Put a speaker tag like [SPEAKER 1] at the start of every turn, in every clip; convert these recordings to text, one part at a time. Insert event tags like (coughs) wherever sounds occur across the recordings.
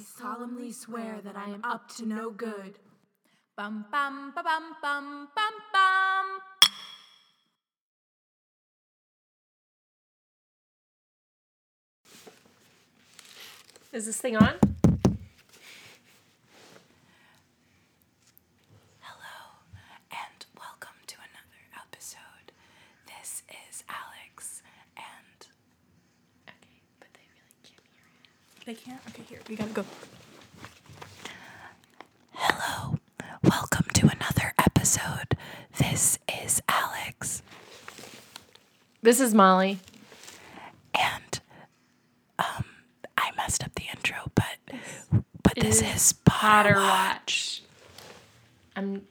[SPEAKER 1] solemnly swear that I am up to no good.
[SPEAKER 2] Bum bum ba bum bum bum bum.
[SPEAKER 3] Is this thing on?
[SPEAKER 2] Hello, and welcome to another episode. This is Alex, and
[SPEAKER 3] Okay, but they really can't hear it.
[SPEAKER 1] They can't? Okay, here, we gotta go.
[SPEAKER 2] hello, welcome to another episode. This is Alex,
[SPEAKER 3] This is Molly.
[SPEAKER 2] and um, I messed up the intro, but but this is Potter
[SPEAKER 3] Potter
[SPEAKER 2] Watch.
[SPEAKER 3] Watch. I'm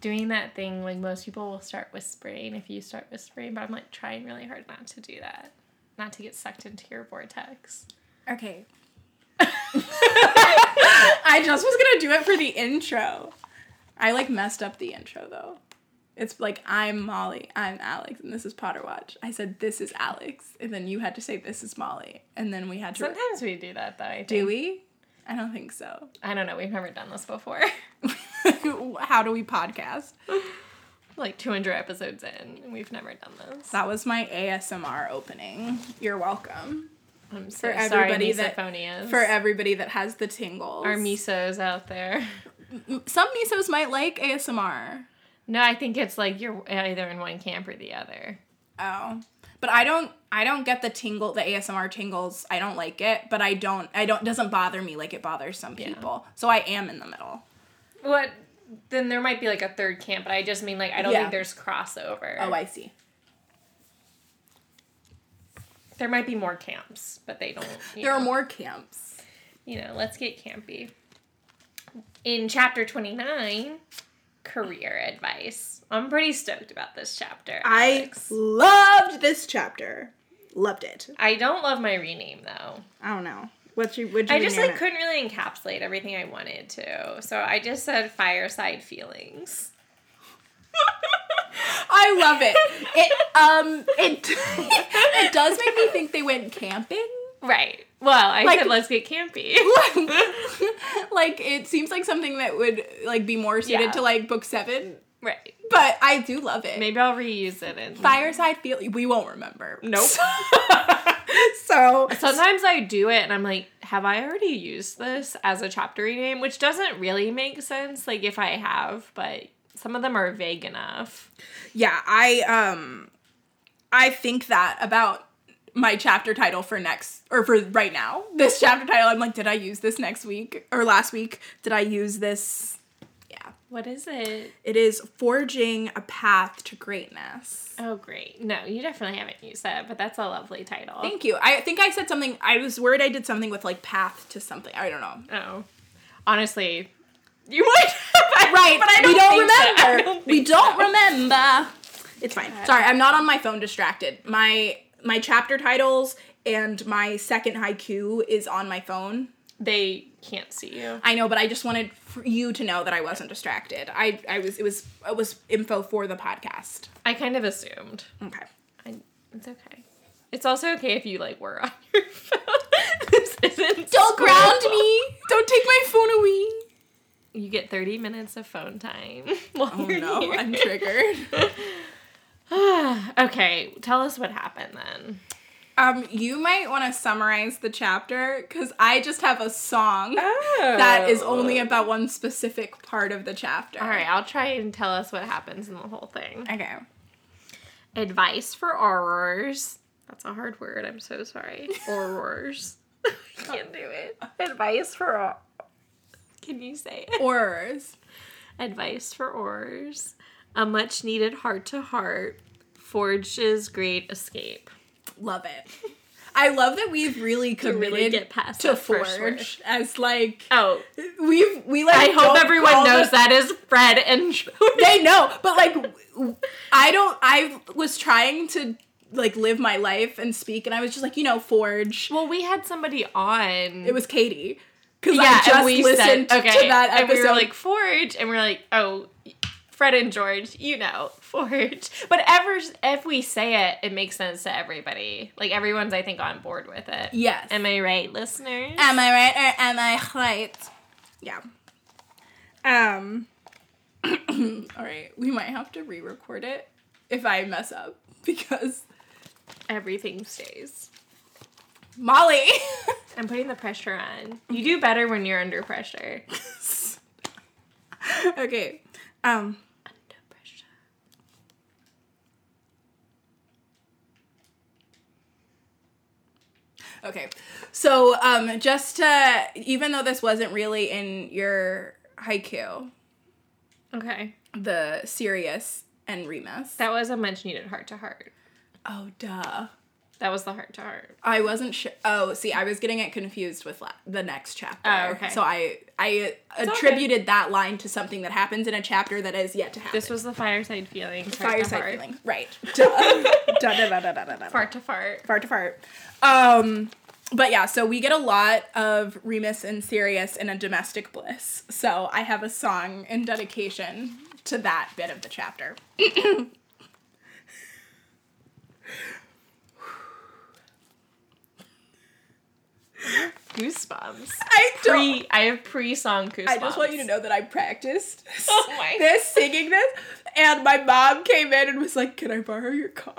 [SPEAKER 3] doing that thing like most people will start whispering if you start whispering, but I'm like trying really hard not to do that. Not to get sucked into your vortex.
[SPEAKER 1] Okay. (laughs) I just was gonna do it for the intro. I like messed up the intro though. It's like I'm Molly, I'm Alex, and this is Potter Watch. I said this is Alex, and then you had to say this is Molly, and then we had to
[SPEAKER 3] Sometimes we do that though. I think.
[SPEAKER 1] do we? I don't think so.
[SPEAKER 3] I don't know. We've never done this before.
[SPEAKER 1] (laughs)
[SPEAKER 3] (laughs)
[SPEAKER 1] How do we podcast?
[SPEAKER 3] like 200 episodes in, and we've never done this.
[SPEAKER 1] That was my ASMR opening. You're welcome.
[SPEAKER 3] I'm so
[SPEAKER 1] For
[SPEAKER 3] sorry,
[SPEAKER 1] everybody that-
[SPEAKER 3] misophonias.
[SPEAKER 1] For everybody that has the tingles.
[SPEAKER 3] our misos out there. (laughs)
[SPEAKER 1] Some misos might like ASMR.
[SPEAKER 3] No, I think it's like you're either in one camp or the other.
[SPEAKER 1] Oh. But I don't I don't get the tingle the ASMR tingles. I don't like it, but I don't I don't doesn't bother me like it bothers some people. So I am in the middle.
[SPEAKER 3] What? Then there might be like a third camp, but I just mean like I don't
[SPEAKER 1] Yeah.
[SPEAKER 3] think there's crossover.
[SPEAKER 1] Oh, I see.
[SPEAKER 3] there might be more camps, but they don't. You
[SPEAKER 1] There are
[SPEAKER 3] know.
[SPEAKER 1] more camps.
[SPEAKER 3] You know, let's get campy. In chapter 29, career advice. I'm pretty stoked about this chapter. Alex.
[SPEAKER 1] loved this chapter. Loved it.
[SPEAKER 3] I don't love my rename though.
[SPEAKER 1] I don't know. What you would
[SPEAKER 3] I just like couldn't really encapsulate everything I wanted to. So I just said fireside feelings.
[SPEAKER 1] I
[SPEAKER 3] (laughs)
[SPEAKER 1] love it. It um it (laughs) it does make me think they went camping. (laughs)
[SPEAKER 3] Right. Well, I
[SPEAKER 1] Like-
[SPEAKER 3] said let's get campy.
[SPEAKER 1] like it seems like something that would like be more suited
[SPEAKER 3] Yeah.
[SPEAKER 1] to like book 7,
[SPEAKER 3] (laughs) right.
[SPEAKER 1] but I do love it.
[SPEAKER 3] Maybe I'll reuse it in
[SPEAKER 1] Fireside feel we won't remember.
[SPEAKER 3] (laughs) Nope.
[SPEAKER 1] so
[SPEAKER 3] Sometimes I do it and I'm like, have I already used this as a chapter rename? Which doesn't really make sense, like if I have, but some of them are vague enough.
[SPEAKER 1] yeah, I um I think that about my chapter title for next or for right now. This chapter title I'm like did I use this next week or last week? Did I use this? Yeah.
[SPEAKER 3] What is it?
[SPEAKER 1] It is forging a path to greatness.
[SPEAKER 3] Oh, great. No, you definitely haven't used that, but that's a lovely title.
[SPEAKER 1] Thank you. I think I said something I was worried I did something with like path to something. I don't know.
[SPEAKER 3] oh. Honestly, you (laughs) might have.
[SPEAKER 1] Right.
[SPEAKER 3] But I don't,
[SPEAKER 1] we don't
[SPEAKER 3] think so. I
[SPEAKER 1] remember.
[SPEAKER 3] don't
[SPEAKER 1] we
[SPEAKER 3] think
[SPEAKER 1] don't
[SPEAKER 3] so.
[SPEAKER 1] remember. It's fine. Sorry, I'm not on my phone distracted. My my chapter titles and my second haiku is on my phone.
[SPEAKER 3] They can't see you.
[SPEAKER 1] I know, but I just wanted for you to know that I wasn't distracted. I I was it was it was info for the podcast.
[SPEAKER 3] I kind of assumed.
[SPEAKER 1] Okay.
[SPEAKER 3] I, it's okay. It's also okay if you like were (laughs) on your phone. this isn't.
[SPEAKER 1] Don't
[SPEAKER 3] school.
[SPEAKER 1] ground me. Don't take my phone away.
[SPEAKER 3] You get thirty minutes of phone time. (laughs) While
[SPEAKER 1] Oh
[SPEAKER 3] you're
[SPEAKER 1] no, (laughs)
[SPEAKER 3] here.
[SPEAKER 1] I'm triggered.
[SPEAKER 3] okay, tell us what happened then.
[SPEAKER 1] Um, you might want to summarize the chapter because I just have a song
[SPEAKER 3] Oh.
[SPEAKER 1] that is only about one specific part of the chapter.
[SPEAKER 3] All right, I'll try and tell us what happens in the whole thing.
[SPEAKER 1] Okay.
[SPEAKER 3] Advice for aurors. That's a hard word. I'm so
[SPEAKER 1] (laughs)
[SPEAKER 3] sorry. Aurors. (laughs) I can't do it. Advice for. au- Can you say it?
[SPEAKER 1] Horrors.
[SPEAKER 3] advice for oars, a much needed heart to heart, Forge's great escape.
[SPEAKER 1] Love it. I love that we've
[SPEAKER 3] (laughs)
[SPEAKER 1] really
[SPEAKER 3] To
[SPEAKER 1] committed
[SPEAKER 3] really get past
[SPEAKER 1] to
[SPEAKER 3] that first
[SPEAKER 1] Forge as like
[SPEAKER 3] Oh,
[SPEAKER 1] we've we (laughs) like
[SPEAKER 3] I hope
[SPEAKER 1] don't
[SPEAKER 3] everyone
[SPEAKER 1] call
[SPEAKER 3] knows
[SPEAKER 1] the-
[SPEAKER 3] that is Fred and (laughs) George.
[SPEAKER 1] (laughs) They know, but like w- I don't I was trying to like live my life and speak and I was just like, you know, Forge.
[SPEAKER 3] Well, we had somebody on.
[SPEAKER 1] It was Katie. Cuz
[SPEAKER 3] yeah,
[SPEAKER 1] I just
[SPEAKER 3] and we
[SPEAKER 1] listened
[SPEAKER 3] said okay,
[SPEAKER 1] to that episode.
[SPEAKER 3] and we were like Forge, and we are like, oh, Fred and George, you know, (laughs) Forge. Whatever, if we say it, it makes sense to everybody. Like, everyone's, I think, on board with it.
[SPEAKER 1] Yes.
[SPEAKER 3] Am I right, listeners?
[SPEAKER 1] Am I right or am I right? Yeah. Um. (clears throat) all right, we might have to re-record it if I mess up because
[SPEAKER 3] Everything stays.
[SPEAKER 1] Molly. (laughs)
[SPEAKER 3] I'm putting the pressure on. You do better when you're under pressure.
[SPEAKER 1] okay. Um.
[SPEAKER 3] Under pressure.
[SPEAKER 1] Okay. So, um, just to, even though this wasn't really in your haiku,
[SPEAKER 3] Okay.
[SPEAKER 1] the serious and Remus.
[SPEAKER 3] That was a much needed heart to heart.
[SPEAKER 1] Oh, duh.
[SPEAKER 3] That was the heart to heart.
[SPEAKER 1] I wasn't sure. Oh, see, I was getting it confused with la- the next chapter.
[SPEAKER 3] Oh, okay.
[SPEAKER 1] So I I
[SPEAKER 3] okay.
[SPEAKER 1] attributed that line to something that happens in a chapter that is yet to happen.
[SPEAKER 3] This was the fireside feeling.
[SPEAKER 1] fireside feeling,
[SPEAKER 3] (laughs)
[SPEAKER 1] right? Duh. Duh, duh, duh, duh, duh, duh, duh.
[SPEAKER 3] Fart to fart.
[SPEAKER 1] fart to fart. Um, but yeah, so we get a lot of Remus and Sirius in a domestic bliss. So I have a song in dedication to that bit of the chapter. (laughs)
[SPEAKER 3] Goosebumps.
[SPEAKER 1] I don't.
[SPEAKER 3] Pre, I have pre song goosebumps.
[SPEAKER 1] I just want you to know that I (laughs) practiced
[SPEAKER 3] Oh my-
[SPEAKER 1] this singing this, and my mom came in and was like, "Can I borrow your (laughs) car?"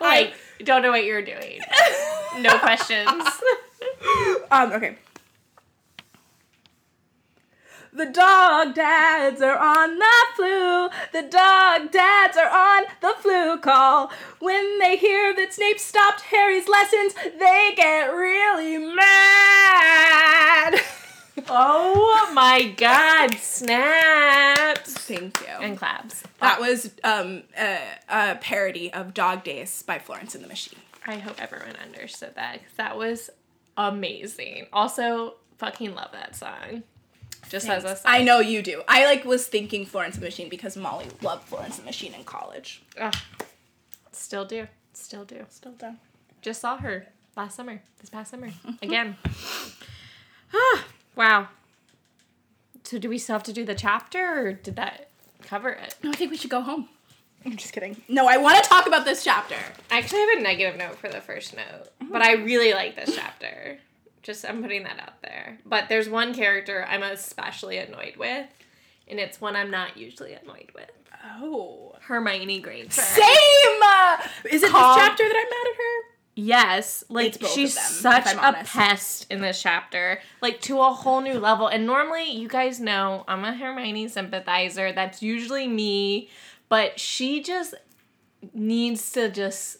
[SPEAKER 3] Like, don't know what you're doing. (laughs) No questions.
[SPEAKER 1] Um, okay. The dog dads are on the flu. The dog dads are on the flu call. When they hear that Snape stopped Harry's lessons, they get really mad.
[SPEAKER 3] oh my god, snaps.
[SPEAKER 1] Thank you.
[SPEAKER 3] And claps.
[SPEAKER 1] that was um, a, a parody of Dog Days by Florence and the Machine.
[SPEAKER 3] I hope everyone understood that 'cause that was amazing. Also, fucking love that song. Just as a song.
[SPEAKER 1] I know you do. I like was thinking Florence and the Machine because Molly loved Florence and the Machine in college.
[SPEAKER 3] Ugh. Still do. Still do.
[SPEAKER 1] Still done.
[SPEAKER 3] Just saw her last summer, this past summer, (laughs) again. (sighs) Ah, wow. So, do we still have to do the chapter, or did that cover it?
[SPEAKER 1] No, I think we should go home. I'm just kidding. No, I want to talk about this chapter.
[SPEAKER 3] I actually have a negative note for the first note, but I really like this chapter. Just I'm putting that out there. But there's one character I'm especially annoyed with, and it's one I'm not usually annoyed with.
[SPEAKER 1] Oh.
[SPEAKER 3] Hermione Granger.
[SPEAKER 1] Same! Uh, Is it
[SPEAKER 3] Calm.
[SPEAKER 1] this chapter that I'm mad at her?
[SPEAKER 3] Yes, like
[SPEAKER 1] It's both of
[SPEAKER 3] she's
[SPEAKER 1] them,
[SPEAKER 3] such
[SPEAKER 1] if I'm
[SPEAKER 3] a
[SPEAKER 1] honest.
[SPEAKER 3] pest in this chapter, like to a whole new level. And normally, you guys know I'm a Hermione sympathizer. That's usually me, but she just needs to just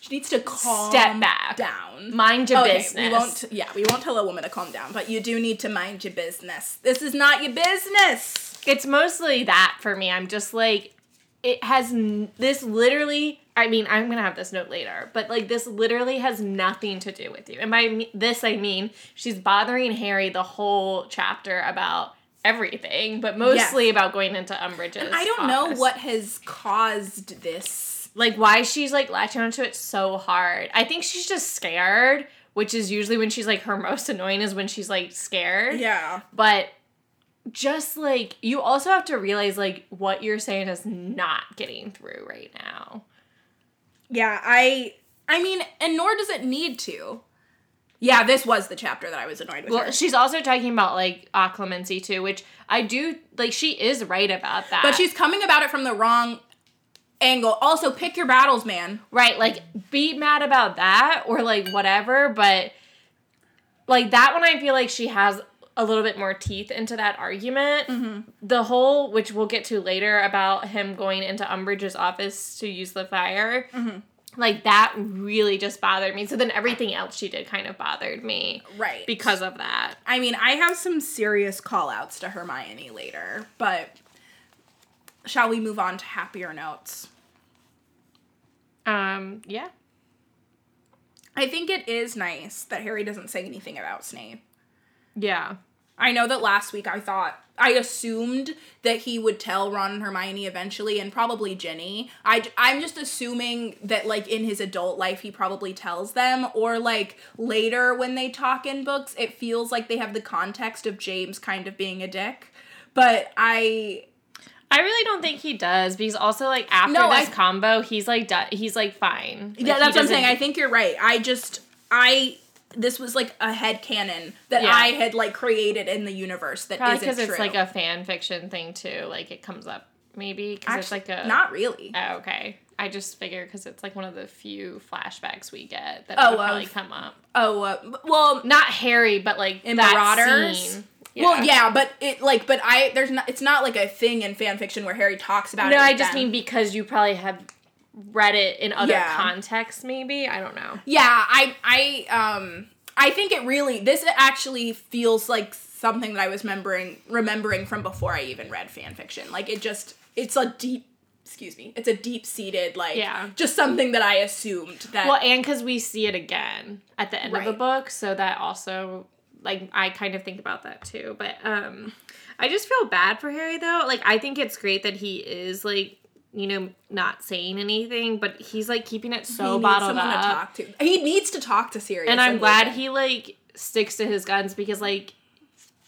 [SPEAKER 1] She needs to calm
[SPEAKER 3] Step back.
[SPEAKER 1] down.
[SPEAKER 3] mind your
[SPEAKER 1] okay,
[SPEAKER 3] business.
[SPEAKER 1] we won't. Yeah, we won't tell a woman to calm down, but you do need to mind your business. This is not your business.
[SPEAKER 3] it's mostly that for me. I'm just like, it has n- this literally. I mean, I'm gonna have this note later, but like this literally has nothing to do with you. And by me- this, I mean she's bothering Harry the whole chapter about everything, but mostly about going into Umbridge's.
[SPEAKER 1] I don't know
[SPEAKER 3] office.
[SPEAKER 1] what has caused this.
[SPEAKER 3] like why she's like latching onto it so hard. I think she's just scared, which is usually when she's like her most annoying is when she's like scared
[SPEAKER 1] Yeah.
[SPEAKER 3] but just like you also have to realize like what you're saying is not getting through right now
[SPEAKER 1] Yeah, I I mean, and nor does it need to. Yeah, this was the chapter that I was annoyed with.
[SPEAKER 3] well
[SPEAKER 1] her.
[SPEAKER 3] she's also talking about like occlumency too which i do like she is right about that
[SPEAKER 1] But she's coming about it from the wrong angle. Also, pick your battles, man.
[SPEAKER 3] right like be mad about that or like whatever but like that one i feel like she has a little bit more teeth into that argument
[SPEAKER 1] Mm-hmm.
[SPEAKER 3] the whole which we'll get to later about him going into umbridge's office to use the fire
[SPEAKER 1] Mm-hmm.
[SPEAKER 3] like that really just bothered me so then everything else she did kind of bothered me
[SPEAKER 1] Right.
[SPEAKER 3] because of that
[SPEAKER 1] I mean, I have some serious call outs to Hermione later, but shall we move on to happier notes?
[SPEAKER 3] um yeah
[SPEAKER 1] I think it is nice that Harry doesn't say anything about Snape.
[SPEAKER 3] yeah
[SPEAKER 1] I know that last week I thought I assumed that he would tell Ron and Hermione eventually, and probably Ginny. I I'm just assuming that like in his adult life he probably tells them, or like later when they talk in books, it feels like they have the context of James kind of being a dick. But I
[SPEAKER 3] I really don't think he does because also like after
[SPEAKER 1] No,
[SPEAKER 3] this
[SPEAKER 1] I-
[SPEAKER 3] combo, he's like do- he's like fine. Like,
[SPEAKER 1] yeah, that's
[SPEAKER 3] he
[SPEAKER 1] what I'm saying.
[SPEAKER 3] doesn't-
[SPEAKER 1] I think you're right. I just I this was like a head canon that
[SPEAKER 3] Yeah.
[SPEAKER 1] I had like created in the universe that
[SPEAKER 3] Probably
[SPEAKER 1] not
[SPEAKER 3] because
[SPEAKER 1] true.
[SPEAKER 3] it's like a fan fiction thing too. Like it comes up maybe because it's like (laughs) a
[SPEAKER 1] not really.
[SPEAKER 3] Oh, okay. I just figure because it's like one of the few flashbacks we get that
[SPEAKER 1] Oh,
[SPEAKER 3] would probably
[SPEAKER 1] of-
[SPEAKER 3] come up.
[SPEAKER 1] Oh uh, well,
[SPEAKER 3] Not Harry, but like
[SPEAKER 1] In
[SPEAKER 3] that
[SPEAKER 1] Marauders?
[SPEAKER 3] scene.
[SPEAKER 1] well yeah, but it like but I there's not it's not like a thing in fan fiction where Harry talks about it.
[SPEAKER 3] No, I
[SPEAKER 1] with
[SPEAKER 3] just
[SPEAKER 1] them.
[SPEAKER 3] mean because you probably have read it in other
[SPEAKER 1] Yeah.
[SPEAKER 3] contexts. Maybe I don't know.
[SPEAKER 1] Yeah, I I um I think it really this actually feels like something that I was remembering remembering from before I even read fan fiction. Like it just it's a deep excuse me. It's a deep seated like
[SPEAKER 3] Yeah.
[SPEAKER 1] just something that I assumed that
[SPEAKER 3] Well, and because we see it again at the end of the
[SPEAKER 1] Right.
[SPEAKER 3] book, so that also like I kind of think about that too. But um I just feel bad for Harry though. Like I think it's great that he is like you know not saying anything, but he's like keeping it
[SPEAKER 1] he
[SPEAKER 3] so
[SPEAKER 1] needs
[SPEAKER 3] bottled
[SPEAKER 1] someone
[SPEAKER 3] up.
[SPEAKER 1] to talk to. He needs to talk to Sirius.
[SPEAKER 3] and I'm glad
[SPEAKER 1] Lupin.
[SPEAKER 3] he like sticks to his guns because like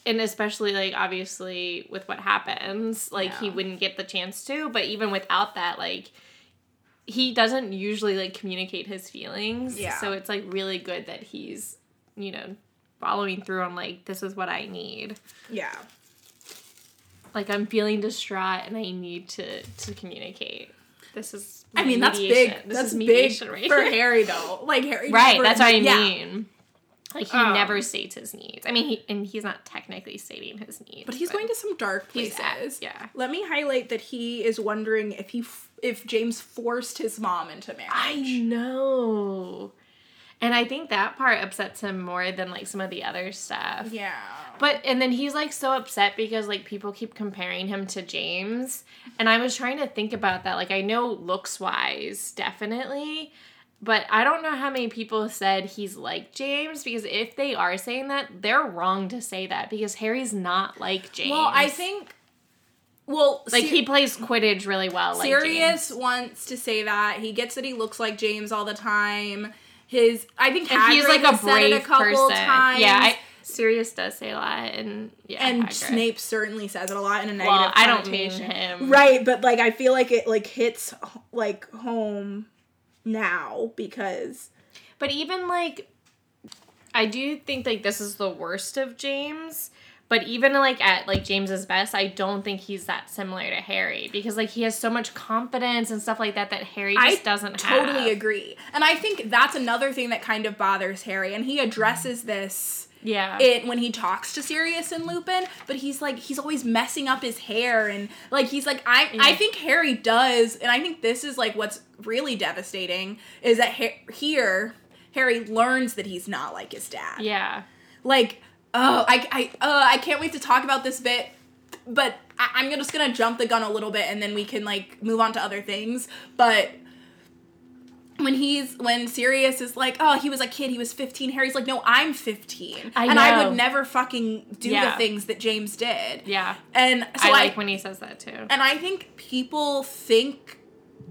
[SPEAKER 3] and especially like obviously with what happens like he
[SPEAKER 1] Yeah.
[SPEAKER 3] wouldn't get the chance to but even without that like he doesn't usually like communicate his feelings
[SPEAKER 1] Yeah.
[SPEAKER 3] so it's like really good that he's you know following through on like this is what i need
[SPEAKER 1] Yeah.
[SPEAKER 3] like i'm feeling distraught and i need to to communicate this is
[SPEAKER 1] I mean that's big.
[SPEAKER 3] mediation.
[SPEAKER 1] that's big for
[SPEAKER 3] here.
[SPEAKER 1] Harry though. Like Harry.
[SPEAKER 3] Right,
[SPEAKER 1] never-
[SPEAKER 3] that's what I
[SPEAKER 1] yeah.
[SPEAKER 3] mean. Like he
[SPEAKER 1] Um,
[SPEAKER 3] never states his needs. I mean, he and he's not technically stating his needs,
[SPEAKER 1] But he's going to some dark
[SPEAKER 3] He's
[SPEAKER 1] places.
[SPEAKER 3] at- yeah.
[SPEAKER 1] Let me highlight that he is wondering if he f- if James forced his mom into marriage.
[SPEAKER 3] I know, and I think that part upsets him more than like some of the other stuff.
[SPEAKER 1] Yeah.
[SPEAKER 3] But and then he's like so upset because like people keep comparing him to James, and I was trying to think about that. Like I know looks wise, definitely. But I don't know how many people said he's like James because if they are saying that, they're wrong to say that because Harry's not like James.
[SPEAKER 1] Well, I think. Well,
[SPEAKER 3] like
[SPEAKER 1] Sir-
[SPEAKER 3] he plays Quidditch really well. Like James.
[SPEAKER 1] Sirius wants to say that he gets that he looks like James all the time. His I think
[SPEAKER 3] And
[SPEAKER 1] Hagrid
[SPEAKER 3] he's like a
[SPEAKER 1] has said it
[SPEAKER 3] brave
[SPEAKER 1] a couple
[SPEAKER 3] person.
[SPEAKER 1] times.
[SPEAKER 3] Yeah, I, Sirius does say a lot, and yeah,
[SPEAKER 1] and
[SPEAKER 3] Hagrid.
[SPEAKER 1] Snape certainly says it a lot in a negative
[SPEAKER 3] Well, I don't mean
[SPEAKER 1] connotation.
[SPEAKER 3] him.
[SPEAKER 1] Right, but like I feel like it like hits like home now because
[SPEAKER 3] But even like, I do think like this is the worst of James. But even like at like James's best, I don't think he's that similar to Harry because like he has so much confidence and stuff like that that Harry just doesn't have.
[SPEAKER 1] totally agree. And I think that's another thing that kind of bothers Harry and he addresses this
[SPEAKER 3] Yeah.
[SPEAKER 1] it when he talks to Sirius and Lupin, but he's like he's always messing up his hair and like he's like I I think Harry does, and I think this is like what's really devastating is that ha- here Harry learns that he's not like his dad.
[SPEAKER 3] yeah.
[SPEAKER 1] Like oh I I uh, I can't wait to talk about this bit, but I, I'm just gonna jump the gun a little bit and then we can like move on to other things, but. When he's when Sirius is like, oh, he was a kid, he was fifteen. Harry's like, no, I'm fifteen,
[SPEAKER 3] I
[SPEAKER 1] and I
[SPEAKER 3] know.
[SPEAKER 1] would never fucking do
[SPEAKER 3] Yeah.
[SPEAKER 1] the things that James did.
[SPEAKER 3] Yeah.
[SPEAKER 1] And so
[SPEAKER 3] I
[SPEAKER 1] I,
[SPEAKER 3] like when he says that too.
[SPEAKER 1] and I think people think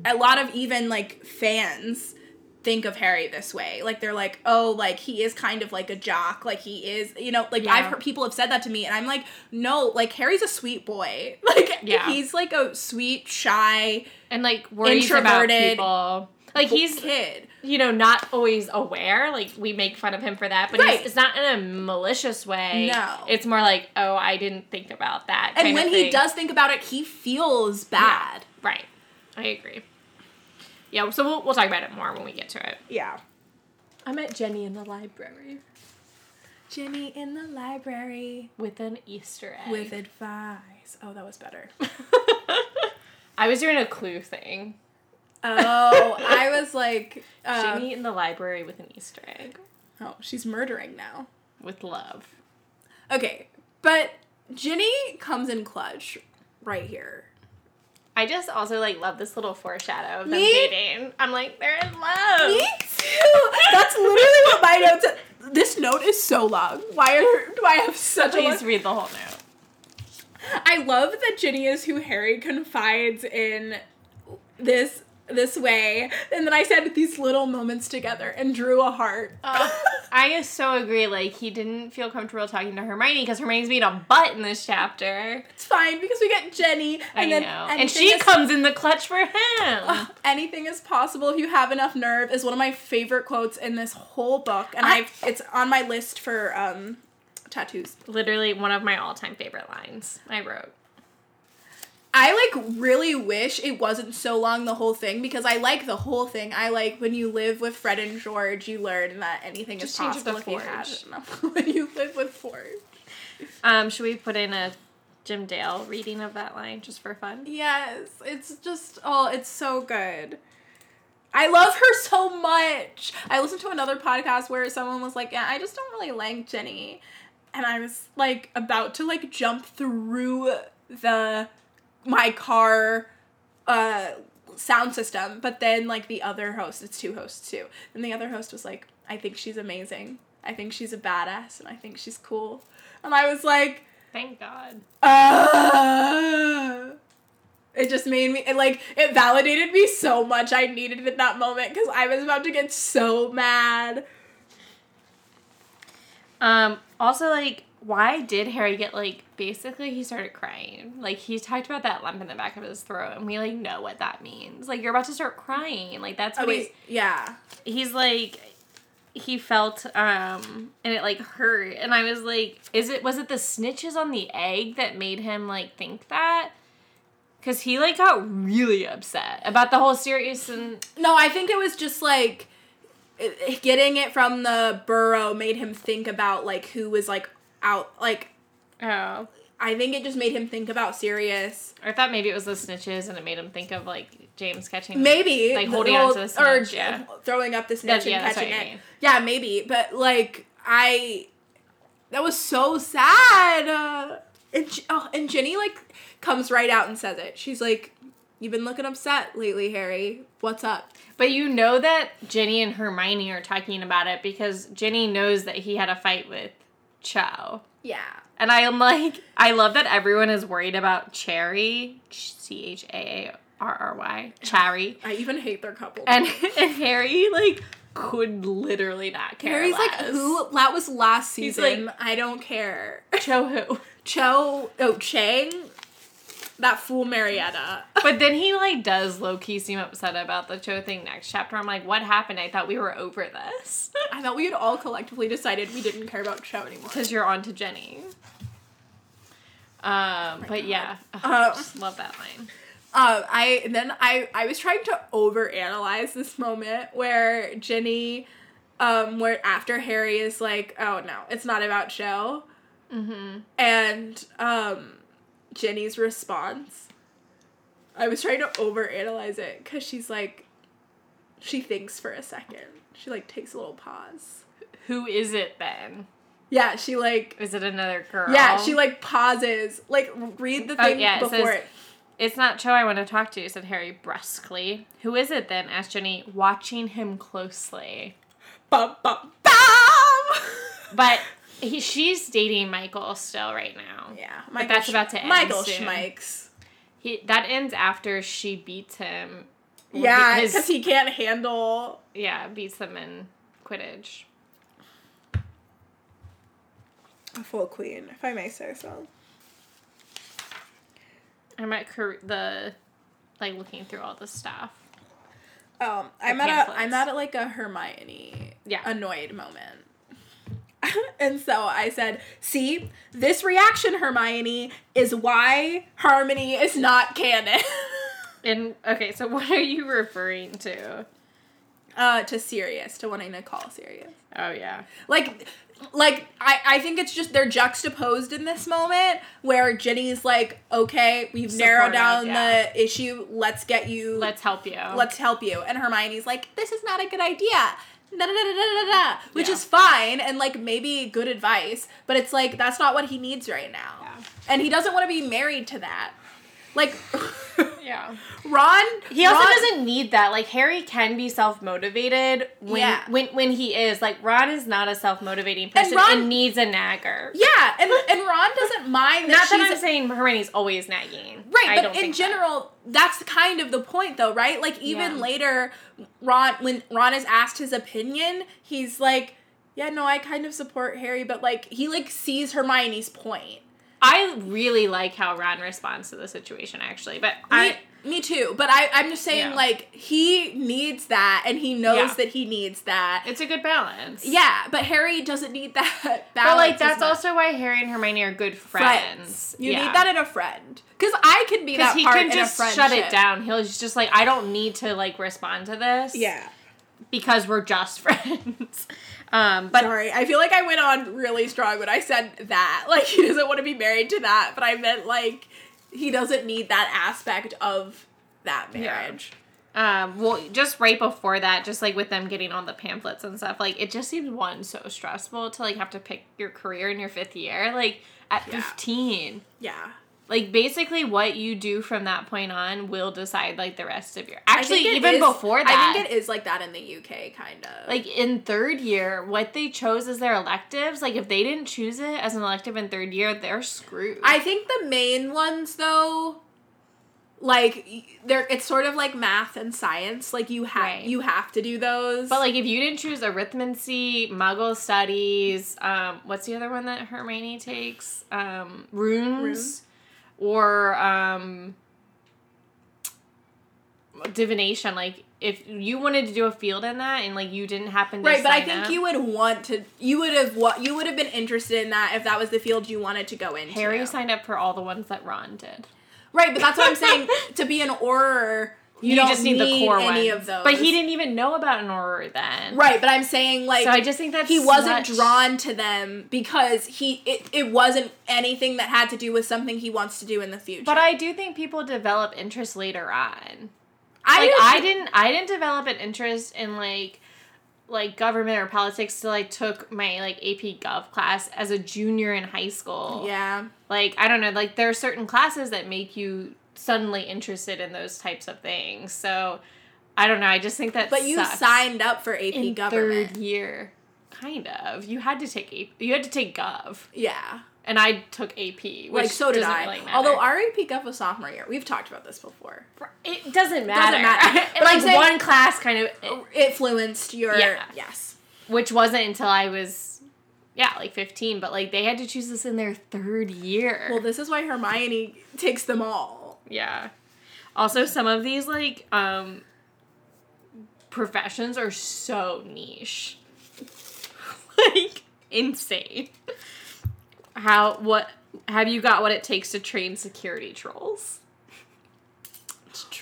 [SPEAKER 1] a lot of even like fans think of Harry this way. Like they're like, "Oh, like he is kind of like a jock. Like he is, you know, like
[SPEAKER 3] Yeah.
[SPEAKER 1] I've heard people have said that to me and I'm like, "No, like Harry's a sweet boy. (laughs) Like
[SPEAKER 3] Yeah.
[SPEAKER 1] he's like a sweet, shy,
[SPEAKER 3] And like worries
[SPEAKER 1] Introverted
[SPEAKER 3] about people. Like he's
[SPEAKER 1] kid."
[SPEAKER 3] you know, not always aware. Like we make fun of him for that, but he's-
[SPEAKER 1] Right.
[SPEAKER 3] it's not in a malicious way.
[SPEAKER 1] No.
[SPEAKER 3] it's more like, oh, I didn't think about that.
[SPEAKER 1] And
[SPEAKER 3] kind of
[SPEAKER 1] when he
[SPEAKER 3] thing.
[SPEAKER 1] does think about it, he feels bad.
[SPEAKER 3] right, I agree. Yeah, so we'll, we'll talk about it more when we get to it.
[SPEAKER 1] Yeah.
[SPEAKER 3] I met Jenny in the library
[SPEAKER 1] Jenny in the library
[SPEAKER 3] with an Easter egg.
[SPEAKER 1] with advice. Oh, that was better. (laughs)
[SPEAKER 3] I was doing a clue thing.
[SPEAKER 1] Oh, I was like, uh,
[SPEAKER 3] Jenny in the library with an Easter egg
[SPEAKER 1] oh, she's murdering now.
[SPEAKER 3] with love.
[SPEAKER 1] Okay, but Ginny comes in clutch right here.
[SPEAKER 3] I just also like love this little foreshadow of them
[SPEAKER 1] Me-
[SPEAKER 3] dating. I'm like they're in love.
[SPEAKER 1] Me too. That's literally what my notes. This note is so long. Why are do I have such a?
[SPEAKER 3] Please
[SPEAKER 1] Long-
[SPEAKER 3] read the whole note.
[SPEAKER 1] I love that Ginny is who Harry confides in this Uh, this way, and then I said these little moments together and drew a heart.
[SPEAKER 3] I so agree. Like he didn't feel comfortable talking to Hermione because Hermione's being a butt in this chapter.
[SPEAKER 1] It's fine because we get Jenny,
[SPEAKER 3] I
[SPEAKER 1] and then
[SPEAKER 3] know,
[SPEAKER 1] anything
[SPEAKER 3] and she
[SPEAKER 1] is-
[SPEAKER 3] comes in the clutch for him.
[SPEAKER 1] anything is possible if you have enough nerve is one of my favorite quotes in this whole book, and I, have it's on my list for um, tattoos.
[SPEAKER 3] Literally one of my all-time favorite lines I wrote.
[SPEAKER 1] I like really wish it wasn't so long the whole thing because I like the whole thing. I like when you live with Fred and George, you learn that anything
[SPEAKER 3] Just
[SPEAKER 1] is
[SPEAKER 3] change it to
[SPEAKER 1] possible if you have
[SPEAKER 3] Forge.
[SPEAKER 1] enough. (laughs) when you live with Forge.
[SPEAKER 3] Um, should we put in a Jim Dale reading of that line just for fun?
[SPEAKER 1] Yes, it's just oh, it's so good. I love her so much. I listened to another podcast where someone was like, "Yeah, I just don't really like Jenny," and I was like about to like jump through the my car uh sound system, but then like the other host, it's two hosts too, and the other host was like, "I think she's amazing. I think she's a badass, and I think she's cool," and I was like.
[SPEAKER 3] Thank God.
[SPEAKER 1] Ah. (laughs) it just made me it like it validated me so much i needed it at that moment because i was about to get so mad
[SPEAKER 3] Um, also like why did Harry get like basically he started crying. Like he talked about that lump in the back of his throat and we like know what that means. Like you're about to start crying. Like that's
[SPEAKER 1] oh
[SPEAKER 3] what
[SPEAKER 1] wait yeah
[SPEAKER 3] he's he's like he felt um and it like hurt and I was like is it was it the snitches on the egg that made him like think that? Cause he like got really upset about the whole serious and
[SPEAKER 1] no i think it was just like it- it- getting it from the burrow made him think about like who was like out like
[SPEAKER 3] oh
[SPEAKER 1] i think it just made him think about sirius
[SPEAKER 3] I thought maybe it was the snitches and it made him think of like James catching
[SPEAKER 1] maybe
[SPEAKER 3] Like,
[SPEAKER 1] the
[SPEAKER 3] holding
[SPEAKER 1] whole-
[SPEAKER 3] onto the
[SPEAKER 1] or
[SPEAKER 3] snitch, yeah.
[SPEAKER 1] throwing up the
[SPEAKER 3] That's-
[SPEAKER 1] snitch
[SPEAKER 3] yeah,
[SPEAKER 1] and
[SPEAKER 3] that's
[SPEAKER 1] catching
[SPEAKER 3] what I
[SPEAKER 1] it
[SPEAKER 3] mean.
[SPEAKER 1] yeah maybe but like i that was so sad uh, and, J- oh, and jenny like comes right out and says it she's like you've been looking upset lately harry what's up
[SPEAKER 3] But you know that Ginny and Hermione are talking about it because Ginny knows that he had a fight with Cho.
[SPEAKER 1] yeah
[SPEAKER 3] And I am like, I love that everyone is worried about Cherry, C H A A R R Y, Cherry.
[SPEAKER 1] i even hate their couple
[SPEAKER 3] And, and Harry, like, could literally not care.
[SPEAKER 1] harry's like
[SPEAKER 3] less.
[SPEAKER 1] who that was last season
[SPEAKER 3] like-
[SPEAKER 1] i don't care (laughs)
[SPEAKER 3] Cho who?
[SPEAKER 1] cho oh chang that fool marietta (laughs)
[SPEAKER 3] But then he, like, does low key seem upset about the Cho thing next chapter. I'm like, what happened? I thought we were over this. (laughs)
[SPEAKER 1] i thought we had all collectively decided we didn't care about cho anymore
[SPEAKER 3] Because you're on to Jenny. Um, but yeah, Ugh, I
[SPEAKER 1] Um,
[SPEAKER 3] just love that line.
[SPEAKER 1] Um, I and then I I was trying to overanalyze this moment where Ginny, um, where after Harry is like, oh no, it's not about Joe, mm-hmm. and um, Ginny's response. I was trying to overanalyze it because she's like, she thinks for a second. She like takes a little pause.
[SPEAKER 3] Who is it then?
[SPEAKER 1] Yeah, she like.
[SPEAKER 3] Is it another girl?
[SPEAKER 1] Yeah, she like pauses. Like read the
[SPEAKER 3] Oh,
[SPEAKER 1] thing
[SPEAKER 3] yeah, it
[SPEAKER 1] before
[SPEAKER 3] says-
[SPEAKER 1] it.
[SPEAKER 3] It's not Cho I want to talk to, said Harry brusquely. Who is it then? asked Jenny, watching him closely.
[SPEAKER 1] Bum bum bum. (laughs)
[SPEAKER 3] But he, she's dating Michael still right now.
[SPEAKER 1] Yeah, Michael
[SPEAKER 3] that's about to end
[SPEAKER 1] Michael
[SPEAKER 3] soon.
[SPEAKER 1] Schmikes.
[SPEAKER 3] He, that ends after she beats him.
[SPEAKER 1] Yeah,
[SPEAKER 3] his-
[SPEAKER 1] because he can't handle.
[SPEAKER 3] Yeah, beats him in Quidditch.
[SPEAKER 1] A full queen, if I may say so.
[SPEAKER 3] I'm at Car- the, like, looking through all the stuff.
[SPEAKER 1] Um, I'm
[SPEAKER 3] The
[SPEAKER 1] at a,
[SPEAKER 3] pamphlets.
[SPEAKER 1] I'm at like a Hermione
[SPEAKER 3] Yeah.
[SPEAKER 1] annoyed moment. (laughs) and so I said, "See, this reaction, Hermione, is why Harmony is not canon." (laughs)
[SPEAKER 3] And okay, so (laughs) what are you referring to?
[SPEAKER 1] uh, to Sirius, to wanting to call Sirius.
[SPEAKER 3] Oh yeah.
[SPEAKER 1] like like I, I think it's just they're juxtaposed in this moment where Jenny's like, okay, we've
[SPEAKER 3] Supportive,
[SPEAKER 1] narrowed down
[SPEAKER 3] yeah.
[SPEAKER 1] the issue, let's get you
[SPEAKER 3] Let's help you.
[SPEAKER 1] let's help you. And Hermione's like, this is not a good idea. Da, da, da, da, da, da, da, which
[SPEAKER 3] Yeah.
[SPEAKER 1] is fine and like maybe good advice, but it's like that's not what he needs right now.
[SPEAKER 3] Yeah.
[SPEAKER 1] And he doesn't want to be married to that. Like (laughs)
[SPEAKER 3] Yeah.
[SPEAKER 1] Ron
[SPEAKER 3] He also
[SPEAKER 1] Ron-
[SPEAKER 3] doesn't need that. Like Harry can be self motivated when
[SPEAKER 1] Yeah.
[SPEAKER 3] when when he is. Like Ron is not a self motivating person and,
[SPEAKER 1] Ron-
[SPEAKER 3] needs a nagger.
[SPEAKER 1] Yeah, and, and Ron doesn't mind that
[SPEAKER 3] Not that
[SPEAKER 1] she's
[SPEAKER 3] I'm saying Hermione's always nagging.
[SPEAKER 1] Right,
[SPEAKER 3] I
[SPEAKER 1] but
[SPEAKER 3] don't
[SPEAKER 1] in
[SPEAKER 3] think
[SPEAKER 1] general, that's kind of the point, though, right? Like even
[SPEAKER 3] Yeah.
[SPEAKER 1] later, Ron when Ron is asked his opinion, he's like, Yeah, no, I kind of support Harry, but like he like sees Hermione's point.
[SPEAKER 3] I really like how Ron responds to the situation, actually. But
[SPEAKER 1] I,
[SPEAKER 3] I,
[SPEAKER 1] me, me too, but I I'm just saying
[SPEAKER 3] Yeah.
[SPEAKER 1] like he needs that and he knows
[SPEAKER 3] Yeah.
[SPEAKER 1] that he needs that.
[SPEAKER 3] it's a good balance.
[SPEAKER 1] yeah, but Harry doesn't need that. (laughs)
[SPEAKER 3] But
[SPEAKER 1] balance
[SPEAKER 3] like
[SPEAKER 1] as
[SPEAKER 3] that's
[SPEAKER 1] much.
[SPEAKER 3] also why Harry and Hermione are good friends.
[SPEAKER 1] friends. You
[SPEAKER 3] Yeah.
[SPEAKER 1] need that in a friend because I can be that
[SPEAKER 3] he
[SPEAKER 1] part
[SPEAKER 3] can
[SPEAKER 1] in
[SPEAKER 3] just
[SPEAKER 1] a friendship.
[SPEAKER 3] shut it down. He'll he's just like, I don't need to like respond to this.
[SPEAKER 1] Yeah.
[SPEAKER 3] because we're just (laughs) friends. Um, but
[SPEAKER 1] Sorry, I feel like I went on really strong when I said that. (laughs) Like he doesn't want to be married to that, but I meant like he doesn't need that aspect of that marriage.
[SPEAKER 3] um, well, just right before that, just like with them getting all the pamphlets and stuff, like it just seems one so stressful to like have to pick your career in your fifth year, like at fifteen.
[SPEAKER 1] Yeah.
[SPEAKER 3] Like basically, what you do from that point on will decide like the rest of your. Actually,
[SPEAKER 1] I think it
[SPEAKER 3] even
[SPEAKER 1] is-
[SPEAKER 3] before that,
[SPEAKER 1] I think it is like that in the UK, kind of.
[SPEAKER 3] like in third year, what they chose as their electives, like if they didn't choose it as an elective in third year, they're screwed.
[SPEAKER 1] I think the main ones though, like y- they're it's sort of like math and science. Like you have
[SPEAKER 3] Right.
[SPEAKER 1] you have to do those.
[SPEAKER 3] But like, if you didn't choose arithmancy, Muggle studies, um, what's the other one that Hermione takes? Um, runes,
[SPEAKER 1] Runes.
[SPEAKER 3] or um, divination. Like, if you wanted to do a field in that, and like you didn't happen to
[SPEAKER 1] Right, but I
[SPEAKER 3] sign
[SPEAKER 1] think
[SPEAKER 3] up,
[SPEAKER 1] you would want to. You would have what you would have been interested in that if that was the field you wanted to go into.
[SPEAKER 3] Harry signed up for all the ones that Ron did.
[SPEAKER 1] Right, but that's what
[SPEAKER 3] (laughs)
[SPEAKER 1] I'm saying. to be an orer, you, don't
[SPEAKER 3] just need, the core
[SPEAKER 1] any
[SPEAKER 3] ones.
[SPEAKER 1] of those.
[SPEAKER 3] But he didn't even know about an auror then.
[SPEAKER 1] Right, but I'm saying like
[SPEAKER 3] So I just think that
[SPEAKER 1] he wasn't
[SPEAKER 3] such-
[SPEAKER 1] drawn to them because he it, it wasn't anything that had to do with something he wants to do in the future.
[SPEAKER 3] But I do think people develop interest later on.
[SPEAKER 1] I
[SPEAKER 3] like I
[SPEAKER 1] did
[SPEAKER 3] didn't I didn't develop an interest in like like government or politics till I took my like AP Gov class as a junior in high school.
[SPEAKER 1] Yeah.
[SPEAKER 3] Like I don't know, like there are certain classes that make you suddenly interested in those types of things. So I don't know, I just think that
[SPEAKER 1] But you
[SPEAKER 3] sucks.
[SPEAKER 1] signed up for AP
[SPEAKER 3] in
[SPEAKER 1] government.
[SPEAKER 3] third year. Kind of. You had to take AP you had to take Gov.
[SPEAKER 1] Yeah.
[SPEAKER 3] And I took AP, which
[SPEAKER 1] Like so did
[SPEAKER 3] doesn't
[SPEAKER 1] I.
[SPEAKER 3] really matter.
[SPEAKER 1] Although our AP Gov was sophomore year. We've talked about this before.
[SPEAKER 3] it doesn't matter.
[SPEAKER 1] matter. But I'm
[SPEAKER 3] (laughs) like
[SPEAKER 1] saying-
[SPEAKER 3] one class kind of
[SPEAKER 1] Influenced your
[SPEAKER 3] Yeah.
[SPEAKER 1] yes.
[SPEAKER 3] which wasn't until I was, yeah, like 15, but like they had to choose this in their third year.
[SPEAKER 1] Well, this is why Hermione takes them all.
[SPEAKER 3] yeah. Also, some of these like um professions are so niche. (laughs) like insane. How what have you got what it takes to train security trolls?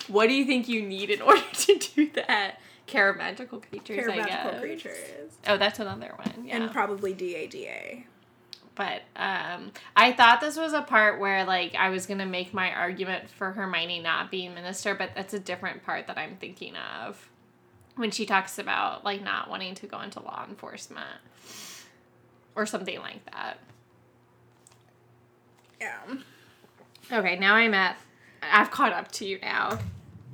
[SPEAKER 3] What do you think you need in (laughs) order to do that? Care of magical creatures, I
[SPEAKER 1] Parametrical
[SPEAKER 3] guess.
[SPEAKER 1] creatures.
[SPEAKER 3] Oh, that's another one. Yeah.
[SPEAKER 1] And probably DADA.
[SPEAKER 3] but um, I thought this was a part where like I was gonna make my argument for Hermione not being minister, but that's a different part that I'm thinking of when she talks about like not wanting to go into law enforcement or something like that.
[SPEAKER 1] Yeah.
[SPEAKER 3] Okay, now I'm at. I've caught up to you now.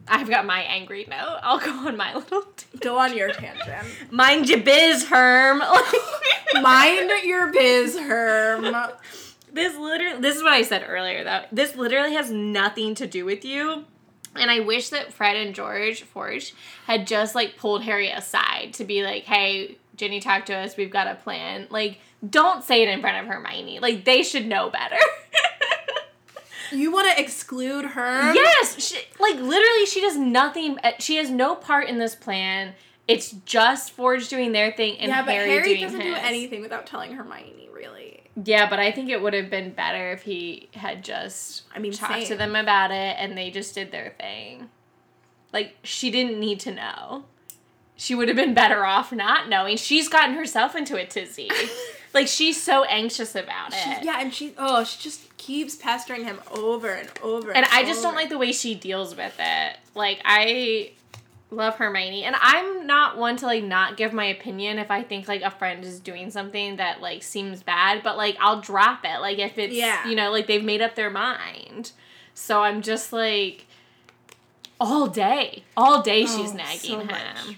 [SPEAKER 3] I've got my angry note. I'll go on my little. T-
[SPEAKER 1] Go on your tangent.
[SPEAKER 3] Mind your biz, (laughs) Herm.
[SPEAKER 1] Mind your biz, Herm.
[SPEAKER 3] This literally, this is what I said earlier though. This literally has nothing to do with you. And I wish that Fred and George Forge had just like pulled Harry aside to be like, hey, Ginny talked to us, we've got a plan. Like, don't say it in front of Hermione. Like, they should know better. (laughs)
[SPEAKER 1] You want to exclude Herm?
[SPEAKER 3] yes, she, like literally, she does nothing. uh, She has no part in this plan. It's just Forge doing their thing and
[SPEAKER 1] Yeah, but
[SPEAKER 3] Harry,
[SPEAKER 1] Harry,
[SPEAKER 3] doing
[SPEAKER 1] doesn't do
[SPEAKER 3] his.
[SPEAKER 1] anything without telling Hermione, really.
[SPEAKER 3] Yeah, but I think it would have been better if he had just
[SPEAKER 1] I mean,
[SPEAKER 3] talked to
[SPEAKER 1] same.
[SPEAKER 3] them about it and they just did their thing. Like she didn't need to know. She would have been better off not knowing. She's gotten herself into a
[SPEAKER 1] (laughs)
[SPEAKER 3] tizzy. like she's so anxious about
[SPEAKER 1] She-
[SPEAKER 3] it.
[SPEAKER 1] yeah, and she oh, she just keeps pestering him over and over.
[SPEAKER 3] And I just don't
[SPEAKER 1] over.
[SPEAKER 3] like the way she deals with it. Like I love Hermione and I'm not one to like not give my opinion if I think like a friend is doing something that like seems bad, but like I'll drop it like if it's
[SPEAKER 1] Yeah.
[SPEAKER 3] you know like they've made up their mind. So I'm just like all day. All day she's
[SPEAKER 1] Oh,
[SPEAKER 3] nagging
[SPEAKER 1] so
[SPEAKER 3] him.
[SPEAKER 1] much.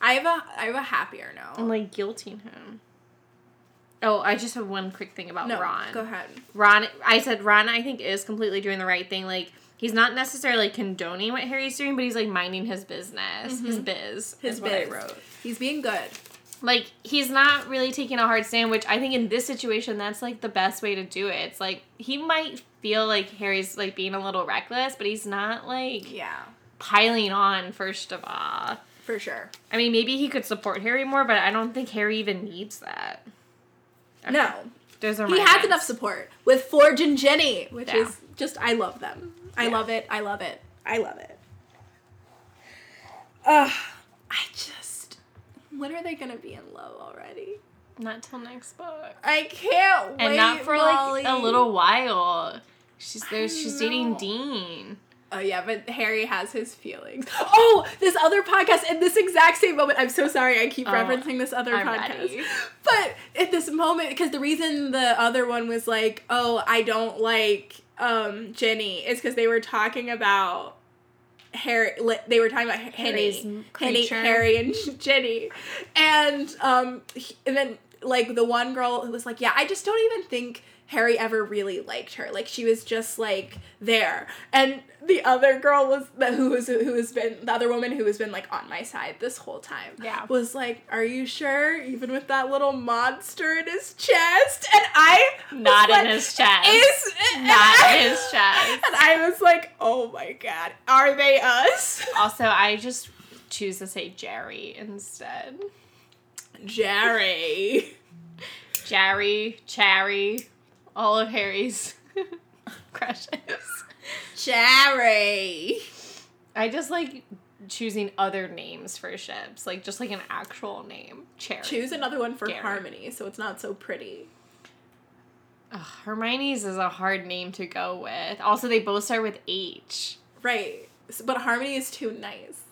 [SPEAKER 1] I have a I have a happier no.
[SPEAKER 3] I'm like guilting him. Oh, I just have one quick thing about
[SPEAKER 1] no,
[SPEAKER 3] Ron.
[SPEAKER 1] go ahead.
[SPEAKER 3] Ron, I said Ron, I think is completely doing the right thing. Like he's not necessarily condoning what Harry's doing, but he's like minding his business, his biz,
[SPEAKER 1] Mm-hmm. His
[SPEAKER 3] is what I
[SPEAKER 1] biz.
[SPEAKER 3] wrote.
[SPEAKER 1] He's being good.
[SPEAKER 3] like he's not really taking a hard stand which i think in this situation that's like the best way to do it it's like he might feel like harry's like being a little reckless but he's not like
[SPEAKER 1] Yeah,
[SPEAKER 3] piling on first of all
[SPEAKER 1] for sure.
[SPEAKER 3] i mean maybe he could support harry more but i don't think harry even needs that
[SPEAKER 1] No,
[SPEAKER 3] those are
[SPEAKER 1] he
[SPEAKER 3] my
[SPEAKER 1] has
[SPEAKER 3] rants.
[SPEAKER 1] enough support with Forge and Jenny, which
[SPEAKER 3] Yeah.
[SPEAKER 1] is just I love them. I
[SPEAKER 3] Yeah.
[SPEAKER 1] love it. I love it. I love it. Ugh, I just when are they gonna be in love already?
[SPEAKER 3] not till next book
[SPEAKER 1] I can't wait.
[SPEAKER 3] and not for
[SPEAKER 1] Molly.
[SPEAKER 3] like a little while she's there
[SPEAKER 1] I
[SPEAKER 3] she's dating
[SPEAKER 1] know.
[SPEAKER 3] dean
[SPEAKER 1] Oh yeah, but Harry has his feelings. Oh, this other podcast in this exact same moment. I'm so sorry. I keep
[SPEAKER 3] Oh,
[SPEAKER 1] referencing this other
[SPEAKER 3] I'm
[SPEAKER 1] podcast.
[SPEAKER 3] ready.
[SPEAKER 1] But at this moment, because the reason the other one was like, "Oh, I don't like um Jenny," is because they were talking about Harry. li- They were talking about Henny,
[SPEAKER 3] Harry's
[SPEAKER 1] Henny,
[SPEAKER 3] creature.
[SPEAKER 1] Harry, and (laughs) Jenny, and um, he- and then like the one girl who was like, "Yeah, I just don't even think." Harry ever really liked her. Like she was just like there. And the other girl was the who was who has been the other woman who has been like on my side this whole time.
[SPEAKER 3] Yeah.
[SPEAKER 1] Was like, are you sure? Even with that little monster in his chest? And I was
[SPEAKER 3] not
[SPEAKER 1] like,
[SPEAKER 3] in his chest
[SPEAKER 1] Is
[SPEAKER 3] not in his chest
[SPEAKER 1] And I was like, oh my god, are they us?
[SPEAKER 3] Also, I just choose to say Jerry instead.
[SPEAKER 1] Jerry.
[SPEAKER 3] Jerry, Cherry, all of Harry's (laughs) crushes.
[SPEAKER 1] (laughs) Jerry.
[SPEAKER 3] I just like choosing other names for ships, like just like an actual name. Cherry.
[SPEAKER 1] Choose another one for
[SPEAKER 3] Jerry.
[SPEAKER 1] Harmony so it's not so pretty.
[SPEAKER 3] Ugh, Hermione's is a hard name to go with. Also, they both start with H.
[SPEAKER 1] Right. S- But Harmony is too nice.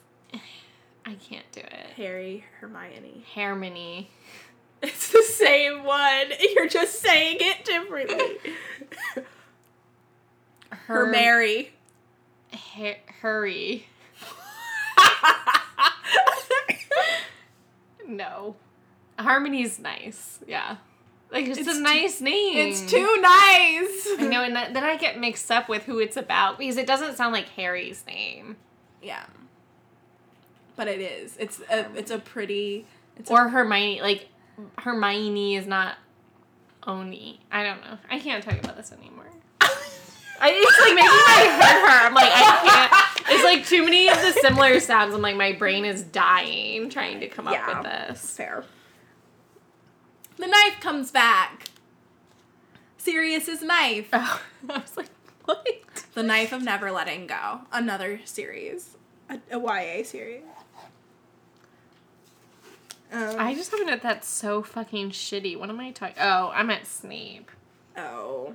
[SPEAKER 3] I can't do it.
[SPEAKER 1] Harry, Hermione.
[SPEAKER 3] Hermione.
[SPEAKER 1] It's the same one. You're just saying it differently. Her
[SPEAKER 3] Her-
[SPEAKER 1] Mary.
[SPEAKER 3] Her- hurry. No. Harmony's nice. Yeah. Like it's,
[SPEAKER 1] It's
[SPEAKER 3] a
[SPEAKER 1] t-
[SPEAKER 3] nice name.
[SPEAKER 1] (laughs) it's too nice.
[SPEAKER 3] I know, and that, then I get mixed up with who it's about because it doesn't sound like Harry's name
[SPEAKER 1] Yeah. But it is. It's a. It's a pretty. It's
[SPEAKER 3] or Hermione. Like Hermione is not Oni. I don't know. I can't talk about this
[SPEAKER 1] (laughs)
[SPEAKER 3] anymore. I, it's like maybe I heard her. I'm like I can't. It's like too many of the similar sounds. I'm like my brain is dying trying to come up
[SPEAKER 1] Yeah.
[SPEAKER 3] with this.
[SPEAKER 1] fair. The knife comes back. Sirius's knife. (laughs)
[SPEAKER 3] Oh, I was like, what?
[SPEAKER 1] The Knife of Never Letting Go. Another series. A, a YA series. Um,
[SPEAKER 3] I just have a note that's so fucking shitty. What am I talking? Oh, I'm at Snape.
[SPEAKER 1] Oh.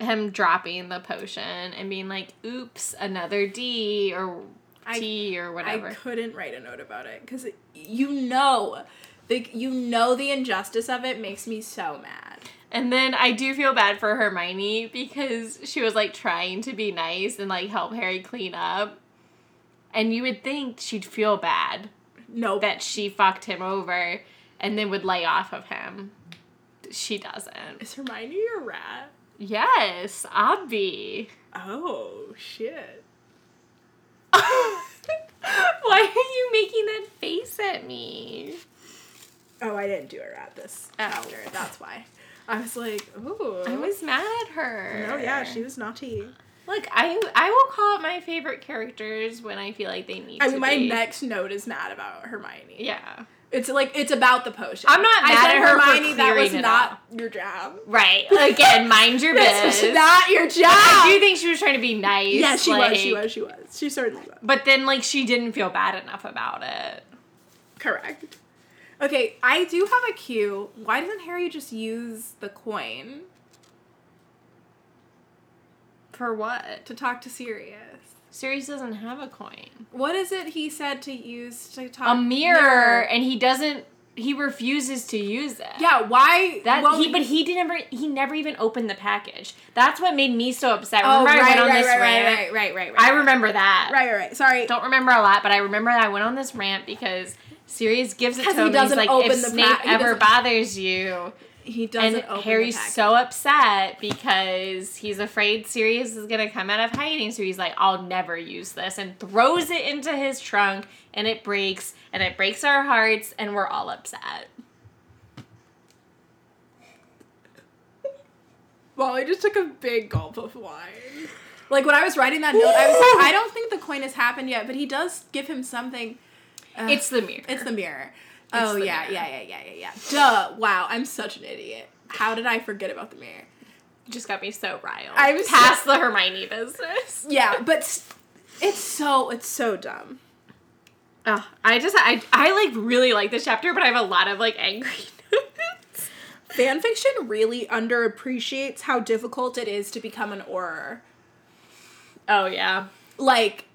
[SPEAKER 3] him dropping the potion and being like, "Oops, another D or
[SPEAKER 1] I-
[SPEAKER 3] T or whatever."
[SPEAKER 1] I couldn't write a note about it because you know. The, you know the injustice of it makes me so mad.
[SPEAKER 3] and then I do feel bad for Hermione because she was like trying to be nice and like help Harry clean up. And you would think she'd feel bad
[SPEAKER 1] No,
[SPEAKER 3] that she fucked him over and then would lay off of him. She doesn't.
[SPEAKER 1] is Hermione a rat?
[SPEAKER 3] Yes, obvi. (laughs)
[SPEAKER 1] Oh shit!
[SPEAKER 3] Why are you making that face at me?
[SPEAKER 1] Oh, I didn't do a rat this chapter. That's why. I was like, ooh.
[SPEAKER 3] I was mad at her.
[SPEAKER 1] Oh yeah, she was naughty.
[SPEAKER 3] Look, I I will call out my favorite characters when I feel like they need
[SPEAKER 1] I
[SPEAKER 3] to
[SPEAKER 1] mean, my
[SPEAKER 3] be.
[SPEAKER 1] next note is mad about Hermione.
[SPEAKER 3] Yeah.
[SPEAKER 1] It's like it's about the potion.
[SPEAKER 3] I'm not
[SPEAKER 1] I
[SPEAKER 3] mad
[SPEAKER 1] said,
[SPEAKER 3] at her for
[SPEAKER 1] Hermione. that
[SPEAKER 3] clearing
[SPEAKER 1] was
[SPEAKER 3] it
[SPEAKER 1] not your (laughs) job.
[SPEAKER 3] Right. Again, mind your
[SPEAKER 1] (laughs) This was
[SPEAKER 3] business.
[SPEAKER 1] not your job.
[SPEAKER 3] I do think she was trying to be nice.
[SPEAKER 1] yeah, she was. She
[SPEAKER 3] like-
[SPEAKER 1] was. She was. She certainly was.
[SPEAKER 3] But then, like, she didn't feel bad enough about it.
[SPEAKER 1] Correct. Okay, I do have a cue. Why doesn't Harry just use the coin
[SPEAKER 3] For what?
[SPEAKER 1] to talk to Sirius?
[SPEAKER 3] Sirius doesn't have a coin.
[SPEAKER 1] What is it he said to use to talk?
[SPEAKER 3] A mirror, and he doesn't. He refuses to use it.
[SPEAKER 1] Yeah. Why?
[SPEAKER 3] That
[SPEAKER 1] won't-
[SPEAKER 3] he, but he didn't. Ever, he never even opened the package. That's what made me so upset. Remember, I went on this rant.
[SPEAKER 1] Oh, right, right, right, right.
[SPEAKER 3] I remember that.
[SPEAKER 1] Right, right, right. Sorry.
[SPEAKER 3] don't remember a lot, but I remember I went on this rant because Sirius gives it to
[SPEAKER 1] 'Cause
[SPEAKER 3] him. and
[SPEAKER 1] he
[SPEAKER 3] he's
[SPEAKER 1] doesn't
[SPEAKER 3] like,
[SPEAKER 1] open
[SPEAKER 3] if
[SPEAKER 1] the
[SPEAKER 3] Snape
[SPEAKER 1] pra- he
[SPEAKER 3] ever
[SPEAKER 1] doesn't-
[SPEAKER 3] bothers you,
[SPEAKER 1] He
[SPEAKER 3] And
[SPEAKER 1] doesn't open
[SPEAKER 3] Harry's
[SPEAKER 1] the package.
[SPEAKER 3] so upset because he's afraid Sirius is gonna come out of hiding. So he's like, "I'll never use this," and throws it into his trunk, and it breaks, and it breaks our hearts, and we're all upset.
[SPEAKER 1] Wally just took a big gulp of wine. Like when I was writing that note, I was like, I don't think the coin has happened yet, but he does give him something. Ugh,
[SPEAKER 3] It's the mirror.
[SPEAKER 1] it's the mirror. oh
[SPEAKER 3] the
[SPEAKER 1] yeah,
[SPEAKER 3] mirror.
[SPEAKER 1] yeah, yeah, yeah, yeah, yeah. Duh! Wow, I'm such an idiot. How did I forget about the mirror?
[SPEAKER 3] just got me so riled.
[SPEAKER 1] I was
[SPEAKER 3] past the Hermione business.
[SPEAKER 1] Yeah, but s- it's so it's so dumb.
[SPEAKER 3] Oh, I just I I like really like this chapter, but I have a lot of like angry (laughs) notes.
[SPEAKER 1] Fanfiction really underappreciates how difficult it is to become an orer.
[SPEAKER 3] Oh yeah.
[SPEAKER 1] like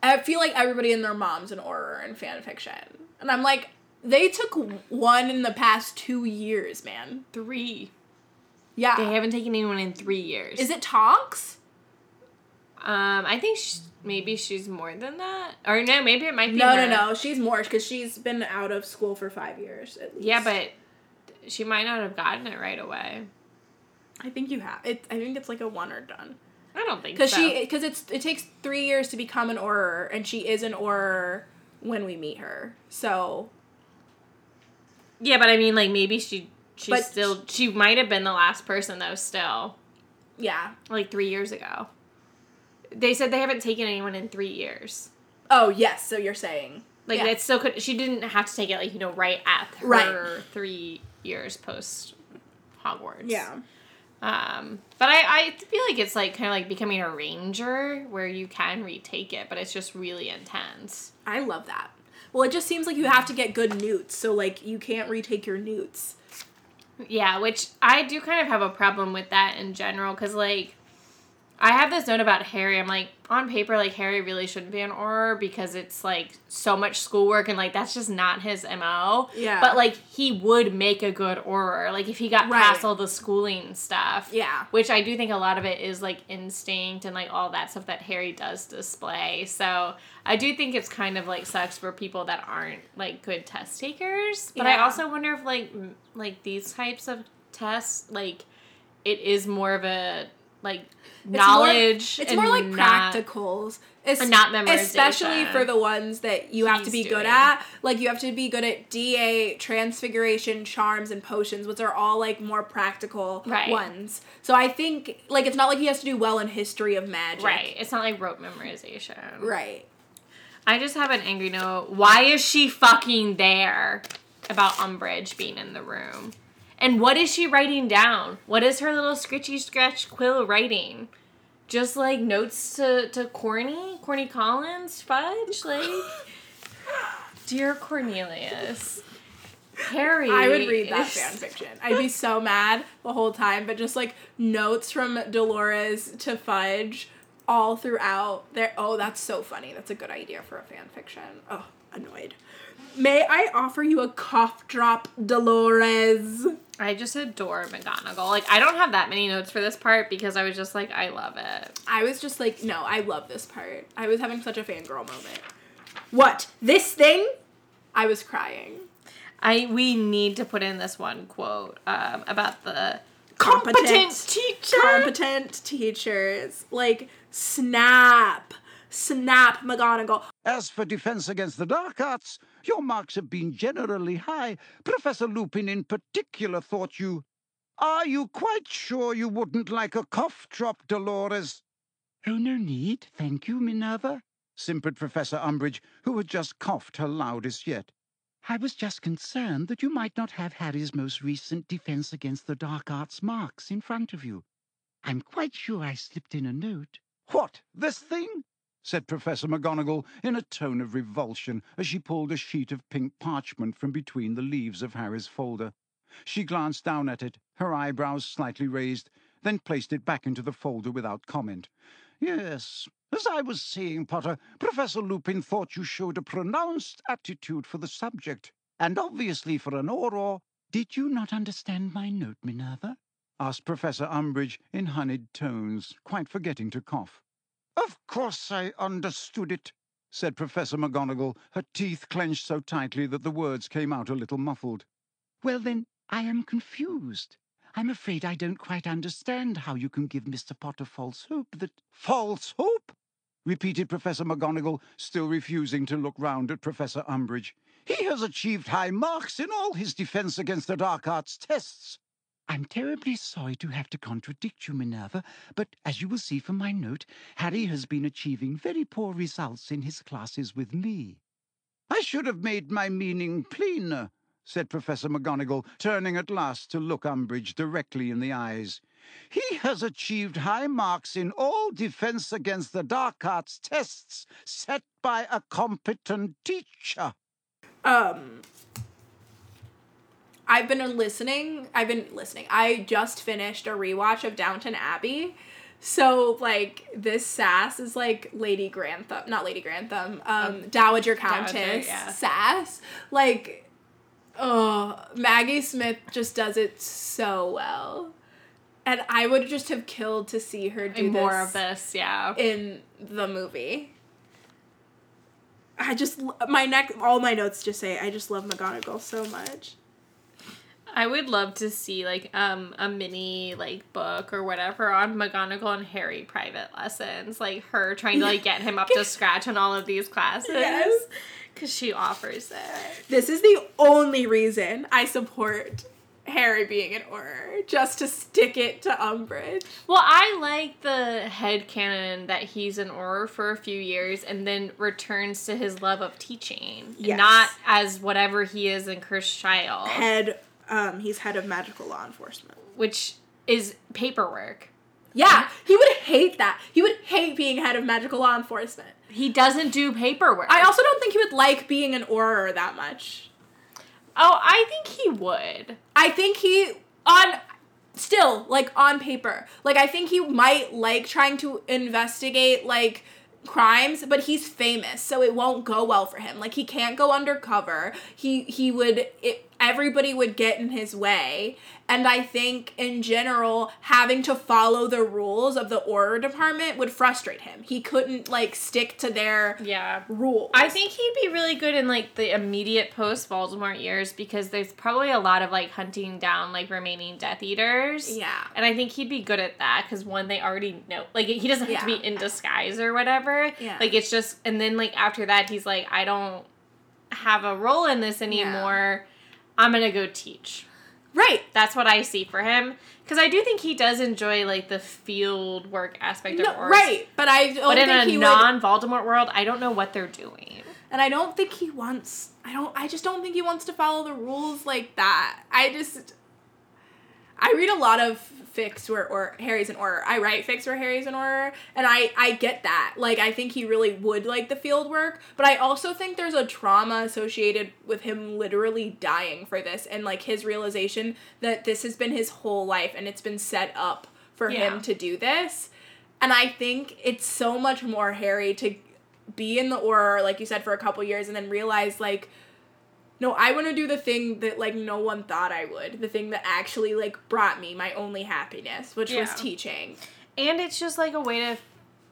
[SPEAKER 1] I feel like everybody and their mom's an horror in fan fiction. And I'm like, they took one in the past two years, man.
[SPEAKER 3] Three.
[SPEAKER 1] Yeah.
[SPEAKER 3] They haven't taken anyone in three years.
[SPEAKER 1] Is it Tonks?
[SPEAKER 3] Um, I think sh maybe she's more than that, or no, maybe it might be.
[SPEAKER 1] No,
[SPEAKER 3] her.
[SPEAKER 1] no, no. She's more because she's been out of school for five years. At least.
[SPEAKER 3] Yeah, but she might not have gotten it right away.
[SPEAKER 1] I think you have. It, I think it's like a one or done.
[SPEAKER 3] I don't think
[SPEAKER 1] Because
[SPEAKER 3] so.
[SPEAKER 1] she, because it's it takes three years to become an horror, and she is an horror when we meet her. So
[SPEAKER 3] yeah, but I mean, like maybe she she
[SPEAKER 1] But-
[SPEAKER 3] still she might have been the last person though. Still,
[SPEAKER 1] yeah.
[SPEAKER 3] like three years ago, they said they haven't taken anyone in three years.
[SPEAKER 1] Oh yes. So you're saying
[SPEAKER 3] Like
[SPEAKER 1] Yeah.
[SPEAKER 3] that still could. She didn't have to take it like you know right at her
[SPEAKER 1] Right.
[SPEAKER 3] three years post Hogwarts.
[SPEAKER 1] yeah.
[SPEAKER 3] Um, but I, I feel like it's like kind of like becoming a ranger where you can retake it, but it's just really intense.
[SPEAKER 1] I love that. Well, it just seems like you have to get good newts, so like you can't retake your newts.
[SPEAKER 3] Yeah, which I do kind of have a problem with that in general because like I have this note about Harry. I'm like on paper, like Harry really shouldn't be an auror because it's like so much schoolwork and like that's just not his mo.
[SPEAKER 1] Yeah.
[SPEAKER 3] But like he would make a good auror, like if he got
[SPEAKER 1] Right.
[SPEAKER 3] past all the schooling stuff.
[SPEAKER 1] Yeah.
[SPEAKER 3] which I do think a lot of it is like instinct and like all that stuff that Harry does display. So I do think it's kind of like sucks for people that aren't like good test takers. But I
[SPEAKER 1] Yeah.
[SPEAKER 3] also wonder if like m- like these types of tests like it is more of a like
[SPEAKER 1] It's more-
[SPEAKER 3] knowledge.
[SPEAKER 1] It's more,
[SPEAKER 3] and
[SPEAKER 1] like
[SPEAKER 3] not-
[SPEAKER 1] practicals. It's
[SPEAKER 3] and not memorization.
[SPEAKER 1] Especially for the ones that you have to
[SPEAKER 3] He's
[SPEAKER 1] be good
[SPEAKER 3] doing.
[SPEAKER 1] at. Like you have to be good at DA, transfiguration, charms, and potions, which are all like more practical
[SPEAKER 3] Right.
[SPEAKER 1] ones. So I think like it's not like he has to do well in history of magic.
[SPEAKER 3] Right. It's not like rote memorization.
[SPEAKER 1] Right.
[SPEAKER 3] I just have an angry note. Why is she fucking there? About Umbridge being in the room. And what is she writing down? What is her little scritchy scratch quill writing? Just like notes to, to Corny? Corny Collins? Fudge?
[SPEAKER 1] (laughs)
[SPEAKER 3] Like, dear Cornelius. Harry.
[SPEAKER 1] I would read that
[SPEAKER 3] is-
[SPEAKER 1] fanfiction. I'd be so mad the whole time, but just like notes from Dolores to Fudge all throughout there. Oh, that's so funny. That's a good idea for a fanfiction. Oh, annoyed. May I offer you a cough drop, Dolores?
[SPEAKER 3] I just adore McGonagall. Like, I don't have that many notes for this part because I was just like, I love it.
[SPEAKER 1] I was just like, no, I love this part. I was having such a fangirl moment. What? This thing? I was crying.
[SPEAKER 3] I we need to put in this one quote um, about the
[SPEAKER 1] Competent.
[SPEAKER 3] teacher.
[SPEAKER 1] Competent teachers. Like, snap. Snap, McGonagall.
[SPEAKER 4] As for defense against the dark arts, your marks have been generally high. Professor Lupin in particular thought you. Are you quite sure you wouldn't like a cough drop, Dolores? Oh, no need, thank you, Minerva, simpered Professor Umbridge, who had just coughed her loudest yet. I was just concerned that you might not have Harry's most recent defense against the dark arts marks in front of you. I'm quite sure I slipped in a note. What, this thing? said Professor McGonagall in a tone of revulsion as she pulled a sheet of pink parchment from between the leaves of Harry's folder. She glanced down at it, her eyebrows slightly raised, then placed it back into the folder without comment. Yes, as I was saying, Potter, Professor Lupin thought you showed a pronounced aptitude for the subject, and obviously for an auror. Did you not understand my note, Minerva? asked Professor Umbridge in honeyed tones, quite forgetting to cough. Of course I understood it, said Professor McGonagall, her teeth clenched so tightly that the words came out a little muffled. Well, then, I am confused. I'm afraid I don't quite understand how you can give Mr. Potter false hope that. False hope? repeated Professor McGonagall, still refusing to look round at Professor Umbridge. He has achieved high marks in all his defense against the dark arts tests. I'm terribly sorry to have to contradict you, Minerva, but as you will see from my note, Harry has been achieving very poor results in his classes with me. I should have made my meaning plainer, said Professor McGonagall, turning at last to look Umbridge directly in the eyes. He has achieved high marks in all defense against the dark arts tests set by a competent teacher.
[SPEAKER 1] um I've been listening. I've been listening. I just finished a rewatch of Downton Abbey. So like this sass is like Lady Grantham, not Lady Grantham, um, Dowager Countess
[SPEAKER 3] yeah.
[SPEAKER 1] sass. Like oh, Maggie Smith just does it so well. And I would just have killed to see her do
[SPEAKER 3] And more
[SPEAKER 1] this
[SPEAKER 3] of this, yeah.
[SPEAKER 1] in the movie. I just my neck all my notes just say I just love McGonagall so much.
[SPEAKER 3] I would love to see like um a mini like book or whatever on McGonagall and Harry private lessons, like her trying to like get him up
[SPEAKER 1] (laughs)
[SPEAKER 3] to scratch on all of these classes.
[SPEAKER 1] Yes.
[SPEAKER 3] Cause she offers it.
[SPEAKER 1] This is the only reason I support Harry being an Auror, just to stick it to Umbridge.
[SPEAKER 3] Well, I like the headcanon that he's an Auror for a few years and then returns to his love of teaching.
[SPEAKER 1] Yes.
[SPEAKER 3] Not as whatever he is in Cursed Child,
[SPEAKER 1] Head, um, he's head of magical law enforcement.
[SPEAKER 3] which is paperwork.
[SPEAKER 1] Yeah, he would hate that. He would hate being head of magical law enforcement.
[SPEAKER 3] He doesn't do paperwork.
[SPEAKER 1] I also don't think he would like being an Auror that much.
[SPEAKER 3] oh, I think he would.
[SPEAKER 1] I think he on still like on paper. Like I think he might like trying to investigate like crimes, but he's famous, so it won't go well for him. Like he can't go undercover. He he would it, everybody would get in his way. And I think in general having to follow the rules of the order department would frustrate him. He couldn't like stick to their
[SPEAKER 3] Yeah.
[SPEAKER 1] rules.
[SPEAKER 3] I think he'd be really good in like the immediate post Voldemort years because there's probably a lot of like hunting down like remaining Death Eaters.
[SPEAKER 1] Yeah.
[SPEAKER 3] And I think he'd be good at that because one, they already know. Like he doesn't have
[SPEAKER 1] Yeah.
[SPEAKER 3] to be in disguise or whatever.
[SPEAKER 1] Yeah.
[SPEAKER 3] Like it's just, and then like after that, he's like, I don't have a role in this anymore. I'm going to go teach.
[SPEAKER 1] right.
[SPEAKER 3] That's what I see for him because I do think he does enjoy like the field work aspect of
[SPEAKER 1] No,
[SPEAKER 3] Orcs.
[SPEAKER 1] right, but I don't
[SPEAKER 3] But in
[SPEAKER 1] think
[SPEAKER 3] a
[SPEAKER 1] he would
[SPEAKER 3] non Voldemort world, I don't know what they're doing.
[SPEAKER 1] and I don't think he wants. I don't. I just don't think he wants to follow the rules like that. I just. I read a lot of fics where or Harry's an order. I write fics where Harry's an order, and I I get that. Like I think he really would like the field work, but I also think there's a trauma associated with him literally dying for this, and like his realization that this has been his whole life, and it's been set up for
[SPEAKER 3] Yeah.
[SPEAKER 1] him to do this. And I think it's so much more Harry to be in the aura, like you said, for a couple years and then realize, like, no, I want to do the thing that, like, no one thought I would. The thing that actually, like, brought me my only happiness, which was
[SPEAKER 3] Yeah.
[SPEAKER 1] teaching.
[SPEAKER 3] and it's just like a way to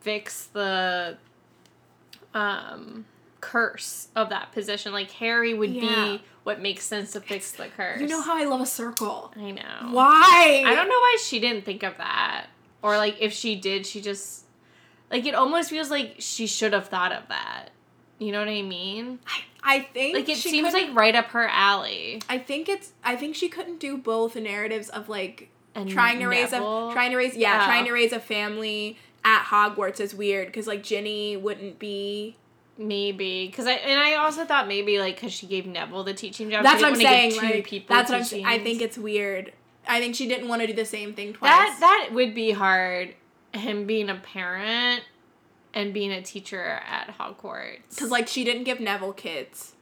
[SPEAKER 3] fix the um curse of that position like harry would
[SPEAKER 1] Yeah.
[SPEAKER 3] be what makes sense to fix the curse
[SPEAKER 1] You know how I love a circle.
[SPEAKER 3] i know
[SPEAKER 1] Why?
[SPEAKER 3] i don't know why she didn't think of that or like if she did she just like it almost feels like she should have thought of that you know what i mean
[SPEAKER 1] I think
[SPEAKER 3] like it
[SPEAKER 1] she
[SPEAKER 3] seems
[SPEAKER 1] couldn't-
[SPEAKER 3] like right up her alley
[SPEAKER 1] I think it's. I think she couldn't do both narratives of like
[SPEAKER 3] And
[SPEAKER 1] trying to raise a
[SPEAKER 3] Neville?
[SPEAKER 1] trying to raise yeah
[SPEAKER 3] Oh.
[SPEAKER 1] trying to raise a family at Hogwarts is weird because like Ginny wouldn't be
[SPEAKER 3] maybe because i and i also thought maybe like because she gave neville the teaching job
[SPEAKER 1] That's
[SPEAKER 3] she
[SPEAKER 1] what I'm
[SPEAKER 3] didn't wanna
[SPEAKER 1] saying.
[SPEAKER 3] give two
[SPEAKER 1] like,
[SPEAKER 3] people
[SPEAKER 1] that's what I'm saying. I
[SPEAKER 3] teachings.
[SPEAKER 1] think it's weird. I think she didn't want to do the same thing twice.
[SPEAKER 3] That that would be hard. Him being a parent and being a teacher at Hogwarts.
[SPEAKER 1] because like she didn't give Neville kids.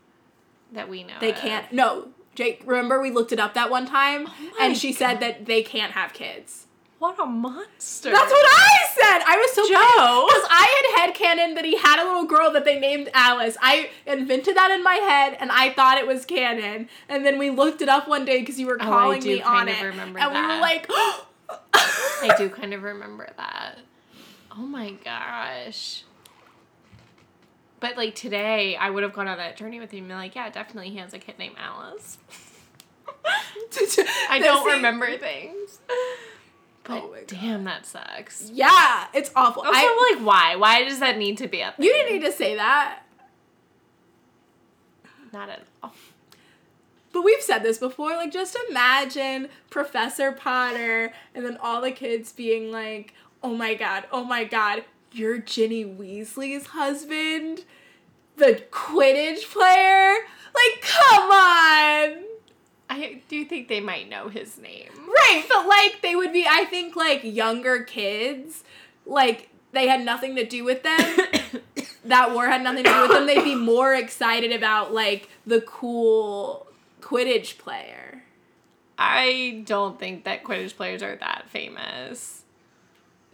[SPEAKER 3] that we know
[SPEAKER 1] They
[SPEAKER 3] of.
[SPEAKER 1] can't. No, Jake. Remember we looked it up that one time,
[SPEAKER 3] Oh my
[SPEAKER 1] and she said that they can't have kids.
[SPEAKER 3] What a monster!
[SPEAKER 1] That's what I said. I was so
[SPEAKER 3] Joe.
[SPEAKER 1] because I had headcanon that he had a little girl that they named Alice. I invented that in my head, and I thought it was canon. And then we looked it up one day because you were
[SPEAKER 3] I
[SPEAKER 1] calling
[SPEAKER 3] do
[SPEAKER 1] me on
[SPEAKER 3] kind of
[SPEAKER 1] it,
[SPEAKER 3] remember
[SPEAKER 1] and we
[SPEAKER 3] that.
[SPEAKER 1] were like, (gasps)
[SPEAKER 3] I do kind of remember that. Oh my gosh.
[SPEAKER 1] (laughs)
[SPEAKER 3] But like today, I would have gone on that journey with him and been like, yeah, definitely he has a kid named Alice. I
[SPEAKER 1] They're
[SPEAKER 3] don't
[SPEAKER 1] saying-
[SPEAKER 3] remember things. But
[SPEAKER 1] Oh my God.
[SPEAKER 3] damn, that sucks.
[SPEAKER 1] Yeah, it's awful.
[SPEAKER 3] Also,
[SPEAKER 1] I,
[SPEAKER 3] like, why? Why does that need to be up there?
[SPEAKER 1] you didn't need to say that.
[SPEAKER 3] Not at all.
[SPEAKER 1] But we've said this before. Like, just imagine Professor Potter and then all the kids being like, oh my god, oh my god, you're Ginny Weasley's husband? The Quidditch player? Like, come on!
[SPEAKER 3] I do think they might know his name.
[SPEAKER 1] Right, but like, they would be, I think, like, younger kids. Like, they had nothing to do with them. (coughs) that war had nothing to do with them. They'd be more excited about, like, the cool Quidditch player.
[SPEAKER 3] I don't think that Quidditch players are that famous.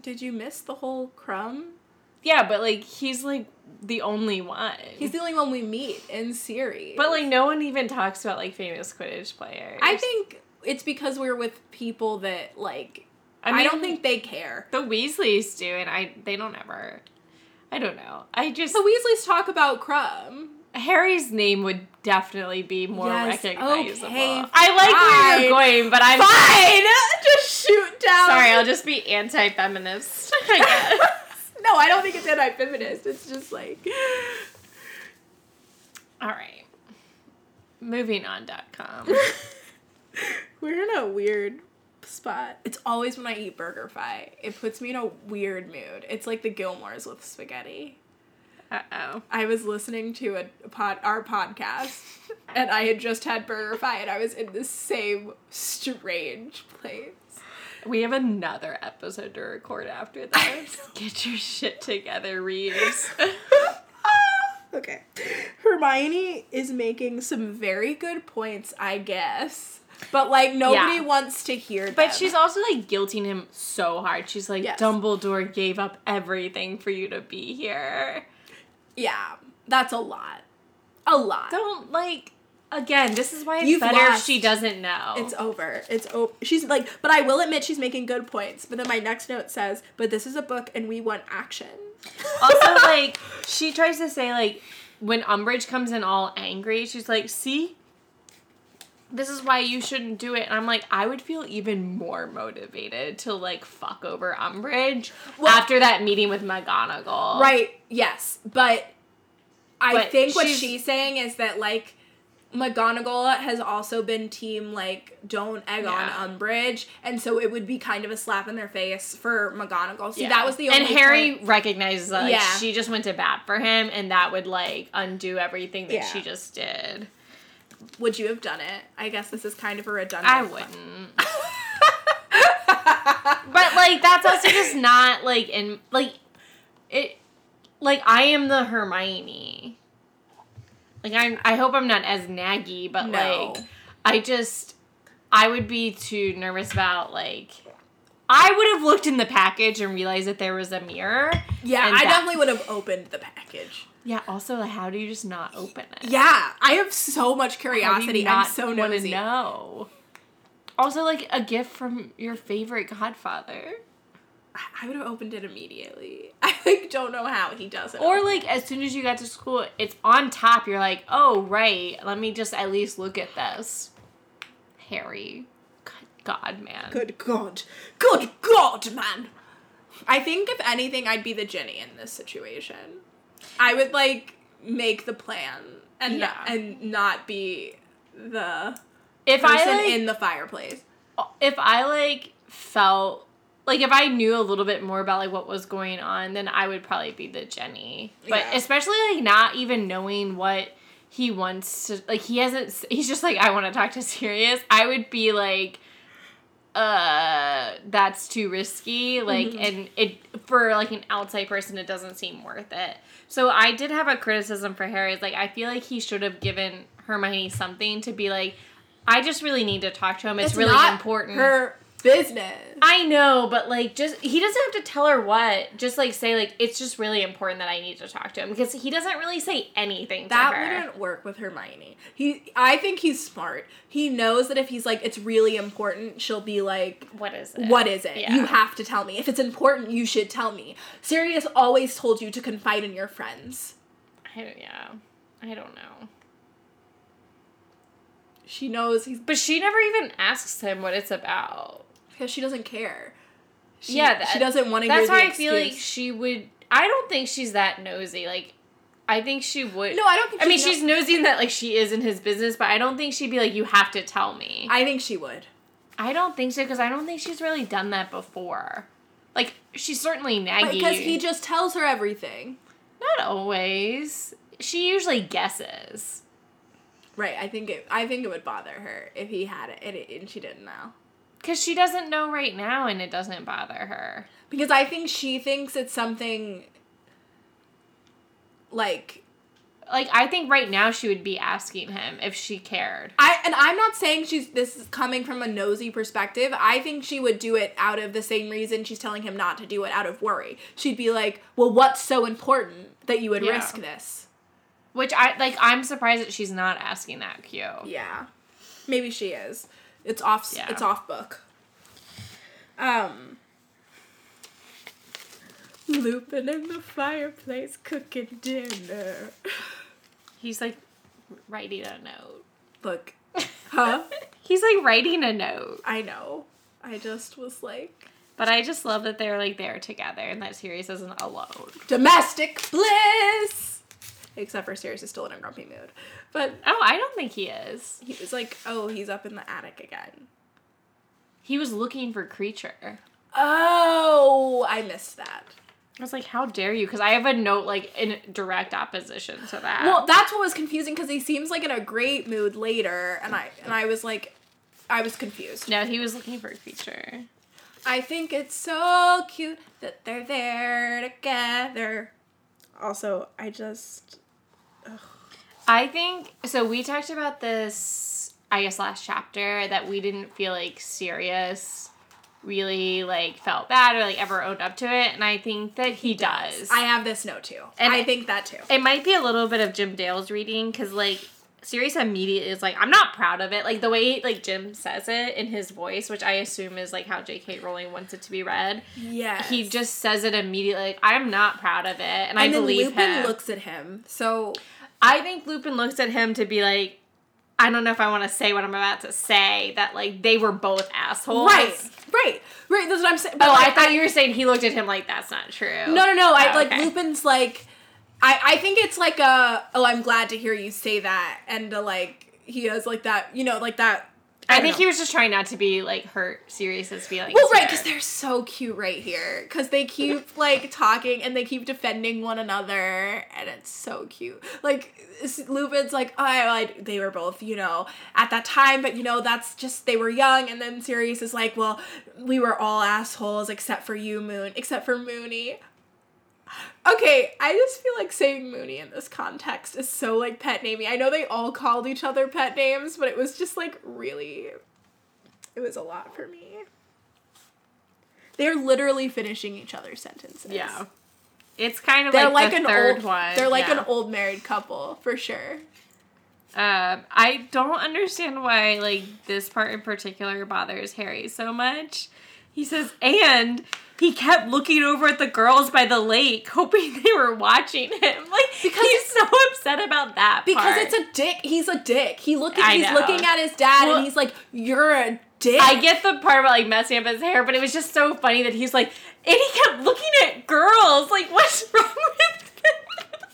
[SPEAKER 1] Did you miss the whole crumb?
[SPEAKER 3] Yeah, but like he's like the only one.
[SPEAKER 1] He's the only one we meet in series.
[SPEAKER 3] but like no one even talks about like famous Quidditch players.
[SPEAKER 1] I think it's because we're with people that like I,
[SPEAKER 3] mean,
[SPEAKER 1] don't think they care.
[SPEAKER 3] the Weasleys do, and I they don't ever. I don't know. I just
[SPEAKER 1] The Weasleys talk about crumb.
[SPEAKER 3] Harry's name would definitely be more
[SPEAKER 1] Yes,
[SPEAKER 3] recognizable.
[SPEAKER 1] okay,
[SPEAKER 3] I like where you're going, but I'm
[SPEAKER 1] Fine, (laughs) just shoot down.
[SPEAKER 3] sorry. I'll just be anti-feminist. (laughs) I guess.
[SPEAKER 1] no, I don't think it's anti-feminist. It's just like
[SPEAKER 3] All right. Moving on. dot com.
[SPEAKER 1] we're in a weird spot. It's always when I eat burger fi. It puts me in a weird mood. It's like the Gilmores with spaghetti.
[SPEAKER 3] Uh oh.
[SPEAKER 1] I was listening to a a pod, our (laughs) podcast, and I had just had Burger Fi, and I was in the same strange place.
[SPEAKER 3] We have another episode to record (laughs) after this. Get your shit together, Reeves.
[SPEAKER 1] okay, Hermione is making some very good points, I guess, but like nobody
[SPEAKER 3] Yeah.
[SPEAKER 1] wants to hear. Them.
[SPEAKER 3] But she's also like guilting him so hard. She's like,
[SPEAKER 1] Yes.
[SPEAKER 3] Dumbledore gave up everything for you to be here.
[SPEAKER 1] yeah, that's a lot, a lot.
[SPEAKER 3] Don't like. Again, this is why it's
[SPEAKER 1] You've
[SPEAKER 3] better
[SPEAKER 1] lost.
[SPEAKER 3] if she doesn't know.
[SPEAKER 1] It's over. It's over. She's like, but I will admit she's making good points. But then my next note says, but this is a book and we want action.
[SPEAKER 3] (laughs) also like she tries to say like when Umbridge comes in all angry, she's like, "See, this is why you shouldn't do it." And I'm like, I would feel even more motivated to like fuck over Umbridge
[SPEAKER 1] Well-
[SPEAKER 3] after that meeting with McGonagall.
[SPEAKER 1] Right. Yes, but I
[SPEAKER 3] But
[SPEAKER 1] think what
[SPEAKER 3] she's-
[SPEAKER 1] she's saying is that like McGonagall has also been team like don't egg
[SPEAKER 3] Yeah.
[SPEAKER 1] on Umbridge, and so it would be kind of a slap in their face for McGonagall. See,
[SPEAKER 3] Yeah.
[SPEAKER 1] that was the only
[SPEAKER 3] and Harry
[SPEAKER 1] point-
[SPEAKER 3] recognizes that like,
[SPEAKER 1] Yeah.
[SPEAKER 3] she just went to bat for him, and that would like undo everything that
[SPEAKER 1] Yeah.
[SPEAKER 3] she just did.
[SPEAKER 1] Would you have done it? I guess this is kind of a redundant.
[SPEAKER 3] I wouldn't. but like that's also just not like in like it like I am the Hermione. Like I am I hope I'm not as naggy, but
[SPEAKER 1] No.
[SPEAKER 3] like I just I would be too nervous about like I would have looked in the package and realized that there was a mirror.
[SPEAKER 1] Yeah,
[SPEAKER 3] and
[SPEAKER 1] I
[SPEAKER 3] that-
[SPEAKER 1] definitely would have opened the package.
[SPEAKER 3] Yeah, also like, how do you just not open it?
[SPEAKER 1] Yeah, I have so much
[SPEAKER 3] How do you
[SPEAKER 1] curiosity. I'm
[SPEAKER 3] not
[SPEAKER 1] so
[SPEAKER 3] wanna
[SPEAKER 1] nosy.
[SPEAKER 3] know. Also like a gift from your favorite godfather.
[SPEAKER 1] I would have opened it immediately. (laughs) I like don't know how he does it.
[SPEAKER 3] Or like as soon as you got to school, it's on top. You're like, oh right, let me just at least look at this. Harry, God, God man.
[SPEAKER 1] good god, good god, man. I think if anything, I'd be the Ginny in this situation. I would like make the plan and
[SPEAKER 3] Yeah.
[SPEAKER 1] and not be the
[SPEAKER 3] If I
[SPEAKER 1] person
[SPEAKER 3] like,
[SPEAKER 1] in the fireplace.
[SPEAKER 3] if I like felt like if I knew a little bit more about like what was going on, then I would probably be the Jenny. But
[SPEAKER 1] Yeah.
[SPEAKER 3] especially like not even knowing what he wants to like he hasn't s- he's just like I want to talk to Sirius. I would be like uh that's too risky like
[SPEAKER 1] Mm-hmm.
[SPEAKER 3] and it for like an outside person it doesn't seem worth it. So I did have a criticism for Harry. It's like I feel like he should have given Hermione something to be like I just really need to talk to him. It's, really
[SPEAKER 1] not
[SPEAKER 3] important.
[SPEAKER 1] Her business.
[SPEAKER 3] I know, but like, just he doesn't have to tell her what. Just like say, like it's just really important that I need to talk to him because he doesn't really say anything.
[SPEAKER 1] That
[SPEAKER 3] to her.
[SPEAKER 1] wouldn't work with Hermione. He, I think he's smart. He knows that if he's like, it's really important, she'll be like,
[SPEAKER 3] What is it?
[SPEAKER 1] What is it?
[SPEAKER 3] Yeah.
[SPEAKER 1] You have to tell me. If it's important, you should tell me. Sirius always told you to confide in your friends.
[SPEAKER 3] I don't, yeah, I don't know.
[SPEAKER 1] She knows he's
[SPEAKER 3] But she never even asks him what it's about.
[SPEAKER 1] because she doesn't care. She,
[SPEAKER 3] yeah, that,
[SPEAKER 1] she doesn't want to.
[SPEAKER 3] That's
[SPEAKER 1] hear
[SPEAKER 3] why
[SPEAKER 1] the
[SPEAKER 3] I feel like
[SPEAKER 1] excuse.
[SPEAKER 3] she would. I don't think she's that nosy. Like, I think she would.
[SPEAKER 1] no, I don't think.
[SPEAKER 3] I mean,
[SPEAKER 1] she'd know-
[SPEAKER 3] she's nosy in that like she is in his business, but I don't think she'd be like, "You have to tell me."
[SPEAKER 1] I think she would.
[SPEAKER 3] I don't think so because I don't think she's really done that before. Like she's certainly naggy.
[SPEAKER 1] Because he just tells her everything.
[SPEAKER 3] not always. She usually guesses.
[SPEAKER 1] Right. I think it. I think it would bother her if he had it and, it, and she didn't know.
[SPEAKER 3] Because she doesn't know right now and it doesn't bother her.
[SPEAKER 1] Because I think she thinks it's something. Like
[SPEAKER 3] Like, I think right now she would be asking him if she cared.
[SPEAKER 1] I and I'm not saying she's this is coming from a nosy perspective. I think she would do it out of the same reason she's telling him not to do it out of worry. She'd be like, "Well, what's so important that you would
[SPEAKER 3] Yeah.
[SPEAKER 1] risk this?"
[SPEAKER 3] Which I, like, I'm surprised that she's not asking that, Q.
[SPEAKER 1] Yeah. Maybe she is. It's off
[SPEAKER 3] Yeah.
[SPEAKER 1] it's off book. Um Lupin in the fireplace cooking dinner.
[SPEAKER 3] He's like writing a note.
[SPEAKER 1] (laughs) Look. Huh?
[SPEAKER 3] He's like writing a note.
[SPEAKER 1] I know. I just was like
[SPEAKER 3] But I just love that they're like there together and that Sirius isn't alone.
[SPEAKER 1] domestic bliss. Except for Sirius is still in a grumpy mood. But
[SPEAKER 3] Oh, I don't think he is.
[SPEAKER 1] he was like, "Oh, he's up in the attic again."
[SPEAKER 3] He was looking for creature.
[SPEAKER 1] Oh, I missed that.
[SPEAKER 3] I was like, how dare you? Because I have a note like in direct opposition to that.
[SPEAKER 1] Well, that's what was confusing because he seems like in a great mood later, and I and I was like, I was confused.
[SPEAKER 3] no, he was looking for a creature.
[SPEAKER 1] I think it's so cute that they're there together. Also, I just
[SPEAKER 3] I think so. We talked about this, I guess, last chapter that we didn't feel like serious really like felt bad or like ever owned up to it, and I think that he does.
[SPEAKER 1] I have this note too,
[SPEAKER 3] And-
[SPEAKER 1] I think that too.
[SPEAKER 3] it might be a little bit of Jim Dale's reading because like Sirius immediately is like, I'm not proud of it. Like the way like Jim says it in his voice, which I assume is like how J.K. Rowling wants it to be read.
[SPEAKER 1] Yeah,
[SPEAKER 3] He just says it immediately. Like I'm not proud of it, and, I
[SPEAKER 1] and then
[SPEAKER 3] believe
[SPEAKER 1] Lupin
[SPEAKER 3] him.
[SPEAKER 1] looks at him. So
[SPEAKER 3] I think Lupin looks at him to be like, I don't know if I want to say what I'm about to say. That like they were both assholes.
[SPEAKER 1] right, right, right. That's what I'm saying. But
[SPEAKER 3] Oh, I
[SPEAKER 1] like,
[SPEAKER 3] thought you were saying he looked at him like that's not true.
[SPEAKER 1] No, no, no. I
[SPEAKER 3] Oh,
[SPEAKER 1] like
[SPEAKER 3] okay.
[SPEAKER 1] Lupin's like, I I think it's like a oh I'm glad to hear you say that and uh, like he has like that you know like that.
[SPEAKER 3] I,
[SPEAKER 1] don't
[SPEAKER 3] think
[SPEAKER 1] know.
[SPEAKER 3] he was just trying not to be like hurt Sirius's feelings.
[SPEAKER 1] Well, right,
[SPEAKER 3] here.
[SPEAKER 1] because they're so cute right here. Because they keep like talking and they keep defending one another, and it's so cute. Like S- Lupin's like, oh, I, they were both, you know, at that time, but you know, that's just they were young. And then Sirius is like, well, we were all assholes except for you, Moon, except for Mooney. Okay, I just feel like saying Mooney in this context is so like pet namey. I know they all called each other pet names, but it was just like really, it was a lot for me. They're literally finishing each other's sentences.
[SPEAKER 3] Yeah. It's kind of
[SPEAKER 1] They're
[SPEAKER 3] like,
[SPEAKER 1] like,
[SPEAKER 3] the
[SPEAKER 1] an
[SPEAKER 3] third
[SPEAKER 1] old
[SPEAKER 3] one.
[SPEAKER 1] They're like
[SPEAKER 3] yeah.
[SPEAKER 1] an old married couple for sure.
[SPEAKER 3] Um, I don't understand why like this part in particular bothers Harry so much. He says, and he kept looking over at the girls by the lake, (laughs) hoping they were watching him. (laughs) Like because he's so upset about that.
[SPEAKER 1] Because
[SPEAKER 3] part.
[SPEAKER 1] it's a dick. He's a dick. He look
[SPEAKER 3] I
[SPEAKER 1] he's
[SPEAKER 3] know.
[SPEAKER 1] looking at his dad
[SPEAKER 3] Well-
[SPEAKER 1] and he's like, "You're a dick."
[SPEAKER 3] I get the part about like messing up his hair, but it was just so funny that he's like, and he kept looking at girls. Like, what's (laughs) wrong with him?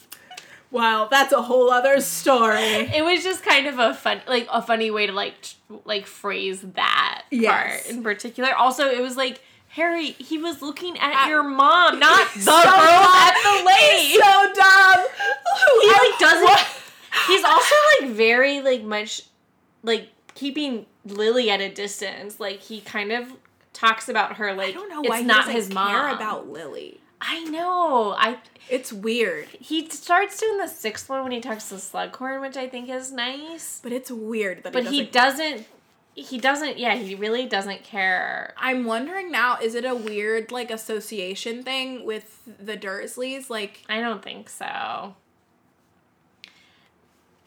[SPEAKER 1] Wow, that's a whole other story.
[SPEAKER 3] it was just kind of a fun like a funny way to like t- like phrase that
[SPEAKER 1] Yes.
[SPEAKER 3] part in particular also it was like harry he was looking at,
[SPEAKER 1] At-
[SPEAKER 3] your mom not
[SPEAKER 1] (laughs)
[SPEAKER 3] the
[SPEAKER 1] So
[SPEAKER 3] girl at
[SPEAKER 1] dumb.
[SPEAKER 3] the lake
[SPEAKER 1] so dumb.
[SPEAKER 3] he like doesn't he's also like very like much like keeping lily at a distance like he kind of talks about her like
[SPEAKER 1] I don't know
[SPEAKER 3] it's
[SPEAKER 1] why he
[SPEAKER 3] not
[SPEAKER 1] doesn't
[SPEAKER 3] his
[SPEAKER 1] care
[SPEAKER 3] mom
[SPEAKER 1] about Lily.
[SPEAKER 3] i know i
[SPEAKER 1] It's weird,
[SPEAKER 3] he starts doing the sixth one when he talks to slughorn which i think is nice
[SPEAKER 1] but it's weird that
[SPEAKER 3] but
[SPEAKER 1] he
[SPEAKER 3] he
[SPEAKER 1] doesn't.
[SPEAKER 3] doesn't he doesn't yeah he really doesn't care
[SPEAKER 1] I'm wondering now, is it a weird like association thing with the Dursleys? Like,
[SPEAKER 3] i don't think so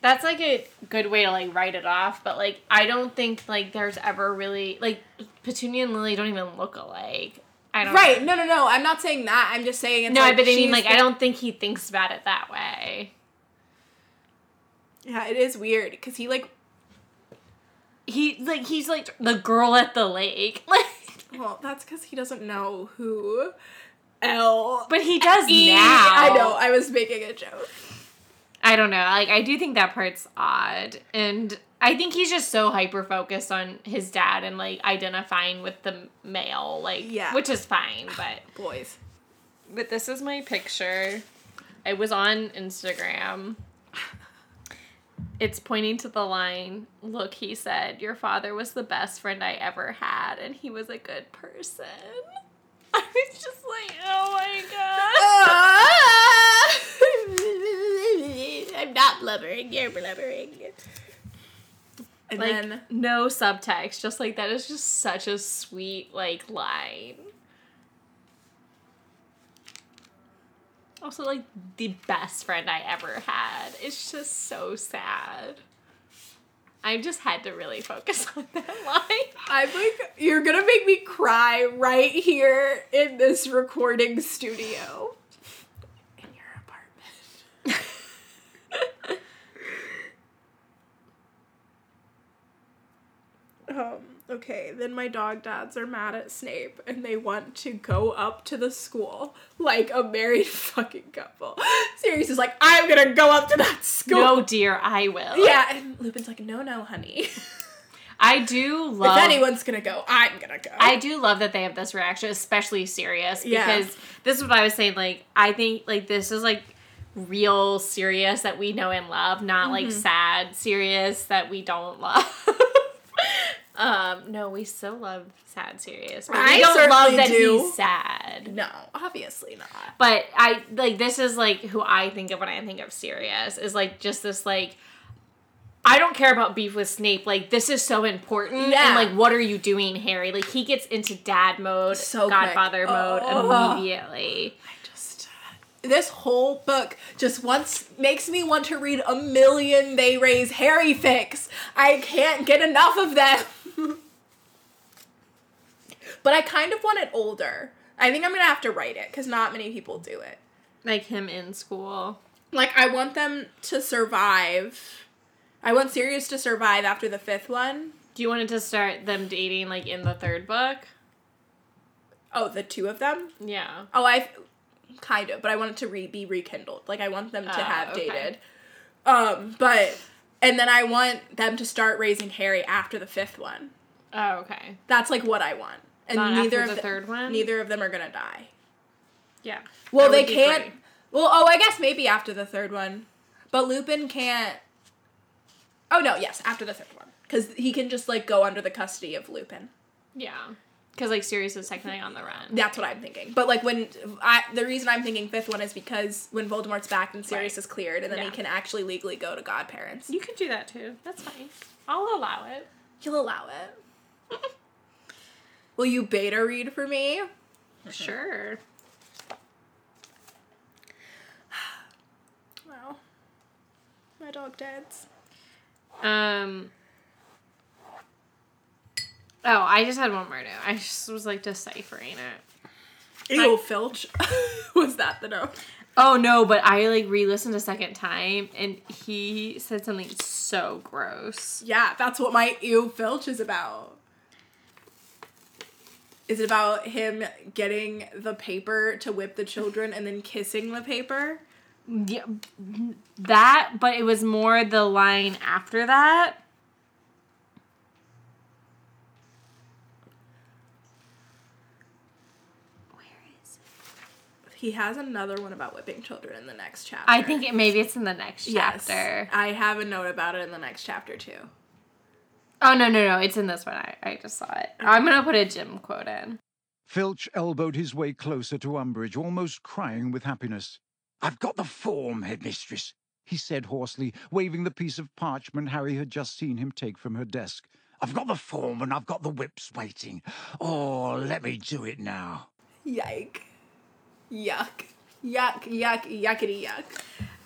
[SPEAKER 3] that's like a good way to like write it off but like i don't think like there's ever really like petunia and lily don't even look alike i don't
[SPEAKER 1] right? No, no, no. I'm not saying that. I'm just saying it's
[SPEAKER 3] no
[SPEAKER 1] like,
[SPEAKER 3] but i mean
[SPEAKER 1] she's
[SPEAKER 3] like
[SPEAKER 1] the-
[SPEAKER 3] i don't think he thinks about it that way
[SPEAKER 1] Yeah, it is weird because he like
[SPEAKER 3] he like he's like the girl at the lake. (laughs) Like
[SPEAKER 1] Well, that's because he doesn't know who L.
[SPEAKER 3] but he does
[SPEAKER 1] E-
[SPEAKER 3] now.
[SPEAKER 1] I know. I was making a joke.
[SPEAKER 3] I don't know. Like I do think that part's odd, and I think he's just so hyper focused on his dad and like identifying with the male, like
[SPEAKER 1] Yeah.
[SPEAKER 3] which is fine. But
[SPEAKER 1] Boys.
[SPEAKER 3] but this is my picture. I was on Instagram. It's pointing to the line. Look, he said, "Your father was the best friend I ever had, and he was a good person." (laughs) I was just like, "Oh my god!"
[SPEAKER 1] (laughs) I'm not blubbering. You're blubbering. And
[SPEAKER 3] like
[SPEAKER 1] then
[SPEAKER 3] no subtext just like that is just such a sweet like line also like the best friend i ever had it's just so sad i just had to really focus (laughs) on that line
[SPEAKER 1] I'm like, you're gonna make me cry right here in this recording studio. In your apartment. (laughs) Um, okay, then my dog dads are mad at Snape and they want to go up to the school like a married (laughs) fucking couple. Sirius is like, I'm gonna go up to that school.
[SPEAKER 3] no dear i will
[SPEAKER 1] Yeah, and Lupin's like, no, no, honey.
[SPEAKER 3] i do love
[SPEAKER 1] if anyone's gonna go, I'm gonna go.
[SPEAKER 3] Um, I do love that they have this reaction, especially serious,
[SPEAKER 1] Yeah.
[SPEAKER 3] because this is what I was saying. Like, I think like this is like real serious that we know and love, not
[SPEAKER 1] Mm-hmm.
[SPEAKER 3] like sad serious that we don't love. (laughs) um, no, we still love sad serious, but
[SPEAKER 1] I
[SPEAKER 3] we don't love
[SPEAKER 1] certainly
[SPEAKER 3] that
[SPEAKER 1] do.
[SPEAKER 3] he's sad.
[SPEAKER 1] no, obviously not.
[SPEAKER 3] But I like this is like who I think of when I think of serious is like just this like. I don't care about beef with Snape. Like this is so important,
[SPEAKER 1] Yeah.
[SPEAKER 3] and like, what are you doing, Harry? Like he gets into dad mode,
[SPEAKER 1] So quick.
[SPEAKER 3] Godfather mode
[SPEAKER 1] Oh.
[SPEAKER 3] immediately.
[SPEAKER 1] I just this whole book just once makes me want to read a million they raise Harry fix. I can't get enough of them. (laughs) but I kind of want it older. I think I'm gonna have to write it because not many people do it.
[SPEAKER 3] Like him in school.
[SPEAKER 1] Like I want them to survive. I want Sirius to survive after the fifth one.
[SPEAKER 3] Do you want it to start them dating like in the third book?
[SPEAKER 1] Oh, the two of them.
[SPEAKER 3] Yeah.
[SPEAKER 1] Oh, I kind of, but I want it to re- be rekindled. Like I want them to
[SPEAKER 3] Oh,
[SPEAKER 1] have
[SPEAKER 3] okay.
[SPEAKER 1] dated. Um, but and then I want them to start raising Harry after the fifth one.
[SPEAKER 3] Oh, okay.
[SPEAKER 1] That's like what I want. And
[SPEAKER 3] Not
[SPEAKER 1] neither
[SPEAKER 3] after
[SPEAKER 1] of
[SPEAKER 3] the
[SPEAKER 1] the-
[SPEAKER 3] third one?
[SPEAKER 1] Neither of them are gonna die.
[SPEAKER 3] Yeah.
[SPEAKER 1] Well,
[SPEAKER 3] That
[SPEAKER 1] they
[SPEAKER 3] would be
[SPEAKER 1] can't.
[SPEAKER 3] great.
[SPEAKER 1] Well, oh, I guess maybe after the third one, but Lupin can't. Oh no! Yes, after the third one, because he can just like go under the custody of Lupin.
[SPEAKER 3] Yeah. Because like Sirius is technically on the run.
[SPEAKER 1] That's what I'm thinking. But like when I the reason I'm thinking fifth one is because when Voldemort's back and Sirius
[SPEAKER 3] Right.
[SPEAKER 1] is cleared and then he
[SPEAKER 3] Yeah.
[SPEAKER 1] can actually legally go to godparents.
[SPEAKER 3] You could do that too. That's fine. I'll allow it.
[SPEAKER 1] You'll allow it. (laughs) Will you beta read for me?
[SPEAKER 3] Sure.
[SPEAKER 1] Wow. My dog dads.
[SPEAKER 3] Um. Oh, I just had one more note. I just was like deciphering it.
[SPEAKER 1] Ew, Filch. (laughs) Was that the note?
[SPEAKER 3] Oh no, but I like re-listened a second time, and he said something so gross.
[SPEAKER 1] Yeah, that's what my ew Filch is about. Is it about him getting the paper to whip the children and then kissing the paper?
[SPEAKER 3] Yeah, that, but it was more the line after that. Where is it?
[SPEAKER 1] He has another one about whipping children in the next chapter.
[SPEAKER 3] I think it maybe it's in the next
[SPEAKER 1] Yes.
[SPEAKER 3] chapter.
[SPEAKER 1] I have a note about it in the next chapter too.
[SPEAKER 3] Oh no no no! It's in this one. I, I just saw it. I'm gonna put a Jim quote in.
[SPEAKER 4] Filch elbowed his way closer to Umbridge, almost crying with happiness. I've got the form, headmistress, he said hoarsely, waving the piece of parchment Harry had just seen him take from her desk. I've got the form and I've got the whips waiting. Oh, let me do it now.
[SPEAKER 1] Yike. Yuck. Yuck, yuck, yuckity yuck.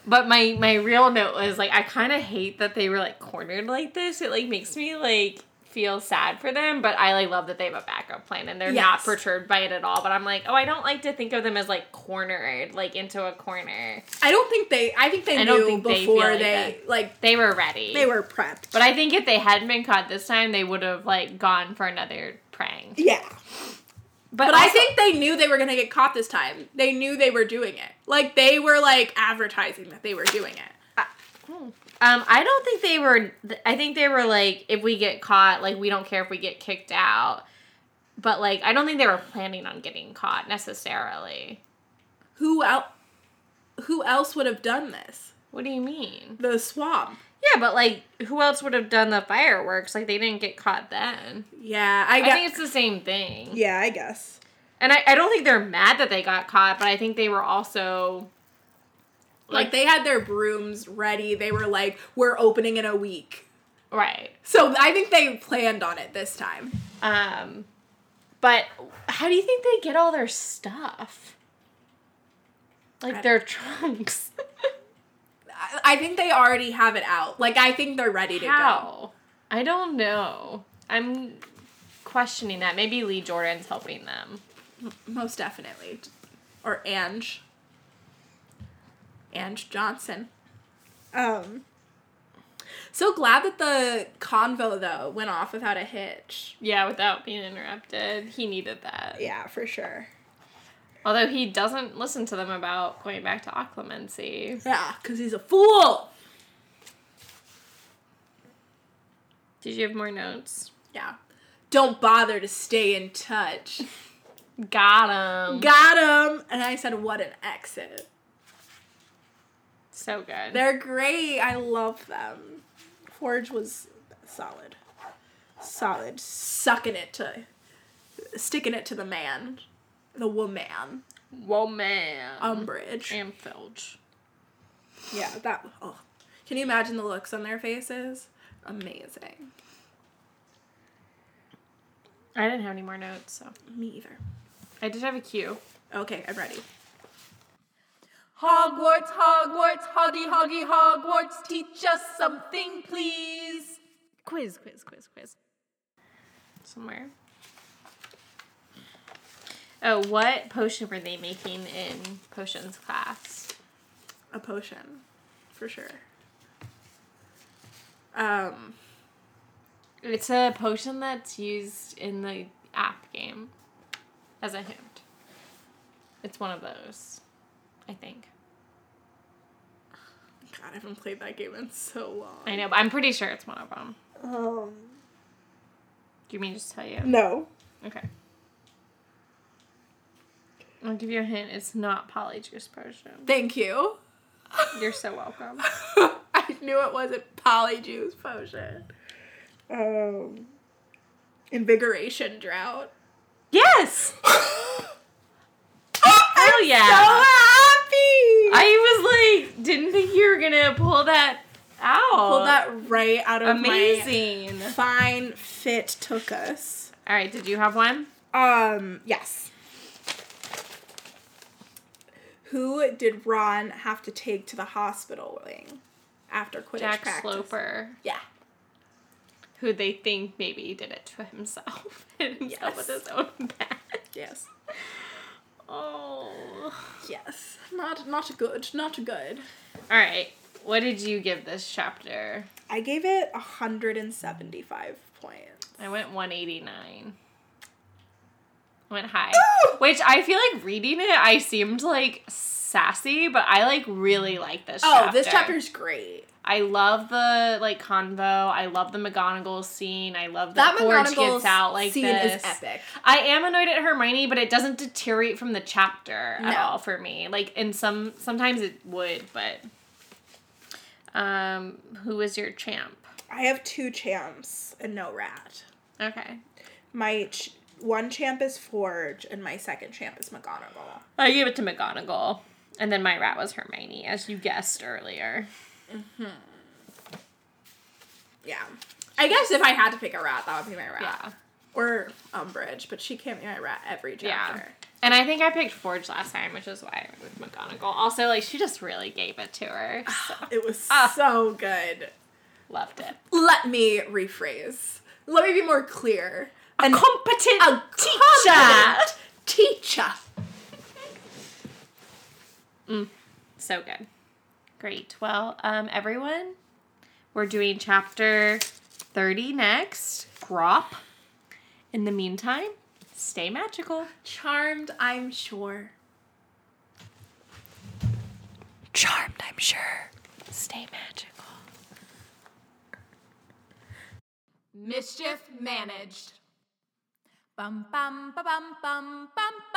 [SPEAKER 3] But my my real note was like I kind of hate that they were like cornered like this. It like makes me like feel sad for them, but I like love that they have a backup plan and they're not
[SPEAKER 1] Yes.
[SPEAKER 3] perturbed by it at all. But I'm like, oh, I don't like to think of them as like cornered, like into a corner.
[SPEAKER 1] I don't think they. I think they
[SPEAKER 3] I don't
[SPEAKER 1] knew
[SPEAKER 3] think they
[SPEAKER 1] before
[SPEAKER 3] feel like
[SPEAKER 1] they
[SPEAKER 3] that.
[SPEAKER 1] like
[SPEAKER 3] They were ready.
[SPEAKER 1] they were prepped.
[SPEAKER 3] But I think if they hadn't been caught this time, they would have like gone for another prank.
[SPEAKER 1] yeah.
[SPEAKER 3] But,
[SPEAKER 1] But I
[SPEAKER 3] also-
[SPEAKER 1] think they knew they were gonna get caught this time. They knew they were doing it. Like they were like advertising that they were doing it.
[SPEAKER 3] um, I don't think they were. I think they were like, if we get caught, like we don't care if we get kicked out. But like, I don't think they were planning on getting caught necessarily.
[SPEAKER 1] Who out? Who else would have done this?
[SPEAKER 3] What do you mean?
[SPEAKER 1] The swamp.
[SPEAKER 3] Yeah, but like, who else would have done the fireworks? Like, they didn't get caught then.
[SPEAKER 1] Yeah, I
[SPEAKER 3] I think
[SPEAKER 1] guess.
[SPEAKER 3] it's the same thing.
[SPEAKER 1] Yeah, I guess.
[SPEAKER 3] And I, I don't think they're mad that they got caught, but I think they were also
[SPEAKER 1] Like they had their brooms ready. They were like, "We're opening in a week."
[SPEAKER 3] right.
[SPEAKER 1] So I think they planned on it this time.
[SPEAKER 3] Um, but how do you think they get all their stuff? Like their trunks.
[SPEAKER 1] I- I think they already have it out. Like I think they're ready to go.
[SPEAKER 3] How? I don't know. I'm questioning that. Maybe Lee Jordan's helping them.
[SPEAKER 1] Most definitely. Or Ange. Ange Johnson. Um. So glad that the convo though went off without a hitch.
[SPEAKER 3] Yeah, without being interrupted. He needed that.
[SPEAKER 1] Yeah, for sure.
[SPEAKER 3] Although he doesn't listen to them about going back to Occlumency.
[SPEAKER 1] Yeah, cause he's a fool.
[SPEAKER 3] Did you have more notes?
[SPEAKER 1] Yeah. Don't bother to stay in touch.
[SPEAKER 3] Got him.
[SPEAKER 1] Got him. And I said, what an exit.
[SPEAKER 3] so good.
[SPEAKER 1] They're great. I love them. Forge was solid. Solid. Sucking it to sticking it to the man. The woman.
[SPEAKER 3] Woman.
[SPEAKER 1] Umbridge.
[SPEAKER 3] and Filch.
[SPEAKER 1] Yeah, that oh. Can you imagine the looks on their faces? Amazing.
[SPEAKER 3] I didn't have any more notes, so
[SPEAKER 1] Me either.
[SPEAKER 3] I did have a cue.
[SPEAKER 1] Okay, I'm ready.
[SPEAKER 5] Hogwarts, Hogwarts, Hoggy, Hoggy, Hogwarts, teach us something, please.
[SPEAKER 3] quiz, quiz, quiz, quiz. Somewhere. Oh, what potion were they making in potions class?
[SPEAKER 1] A potion. For sure. Um
[SPEAKER 3] It's a potion that's used in the app game as a hint. It's one of those, I think.
[SPEAKER 1] God, I haven't played that game in so long.
[SPEAKER 3] I know, but I'm pretty sure it's one of them.
[SPEAKER 1] Um
[SPEAKER 3] Do you mean just tell you?
[SPEAKER 1] No.
[SPEAKER 3] Okay. I'll give you a hint. It's not polyjuice potion.
[SPEAKER 1] Thank you. (laughs)
[SPEAKER 3] You're so welcome.
[SPEAKER 1] I knew it wasn't polyjuice potion. Um, invigoration drought.
[SPEAKER 3] (laughs) Yes! Hell yeah!
[SPEAKER 1] happy! I
[SPEAKER 3] I was like, didn't think you were gonna pull that out.
[SPEAKER 1] pulled that right out of my
[SPEAKER 3] Amazing.
[SPEAKER 1] fine fit took us.
[SPEAKER 3] All right, did you have one?
[SPEAKER 1] Um, yes. Who did Ron have to take to the hospital wing after Quidditch
[SPEAKER 3] Jack
[SPEAKER 1] practice?
[SPEAKER 3] Sloper,
[SPEAKER 1] Yeah.
[SPEAKER 3] who they think maybe did it to himself. (laughs) himself with
[SPEAKER 1] Yes.
[SPEAKER 3] his own bat.
[SPEAKER 1] Yes.
[SPEAKER 3] Oh.
[SPEAKER 1] Yes. Not not good. Not good.
[SPEAKER 3] All right, what did you give this chapter?
[SPEAKER 1] I gave it 175 points.
[SPEAKER 3] I went 189. Went
[SPEAKER 1] (laughs)
[SPEAKER 3] high. Which I feel like reading it, I seemed like sassy, but I like really like this
[SPEAKER 1] Oh, this chapter's great.
[SPEAKER 3] I love the like convo. I love the McGonagall scene. I love that,
[SPEAKER 1] That
[SPEAKER 3] that Forge
[SPEAKER 1] McGonagall
[SPEAKER 3] gets out like
[SPEAKER 1] scene
[SPEAKER 3] this.
[SPEAKER 1] is epic.
[SPEAKER 3] I am annoyed at Hermione, but it doesn't deteriorate from the chapter at
[SPEAKER 1] No.
[SPEAKER 3] all for me. Like in some sometimes it would, but um who is your champ?
[SPEAKER 1] I have two champs and no rat.
[SPEAKER 3] Okay.
[SPEAKER 1] My ch- one champ is Forge, and my second champ is McGonagall.
[SPEAKER 3] I gave it to McGonagall. And then my rat was Hermione, as you guessed earlier.
[SPEAKER 1] Yeah. I guess if I had to pick a rat, that would be my rat.
[SPEAKER 3] Yeah.
[SPEAKER 1] Or Umbridge, but she can't be my rat every
[SPEAKER 3] Yeah.
[SPEAKER 1] chapter.
[SPEAKER 3] And I think I picked Forge last time, which is why I went with McGonagall. Also, like she just really gave it to
[SPEAKER 1] (sighs)
[SPEAKER 3] her. So Ah.
[SPEAKER 1] It was so good.
[SPEAKER 3] loved it.
[SPEAKER 1] Let me rephrase. Let me be more clear.
[SPEAKER 3] A competent
[SPEAKER 1] A teacher.
[SPEAKER 3] competent
[SPEAKER 1] Teacher.
[SPEAKER 3] So good. Great. Well, um, everyone, we're doing chapter 30 next. Grop. In the meantime, stay magical.
[SPEAKER 1] Charmed, I'm sure.
[SPEAKER 2] Charmed, I'm sure.
[SPEAKER 3] Stay magical.
[SPEAKER 5] Mischief managed. Bum bum ba bum bum bum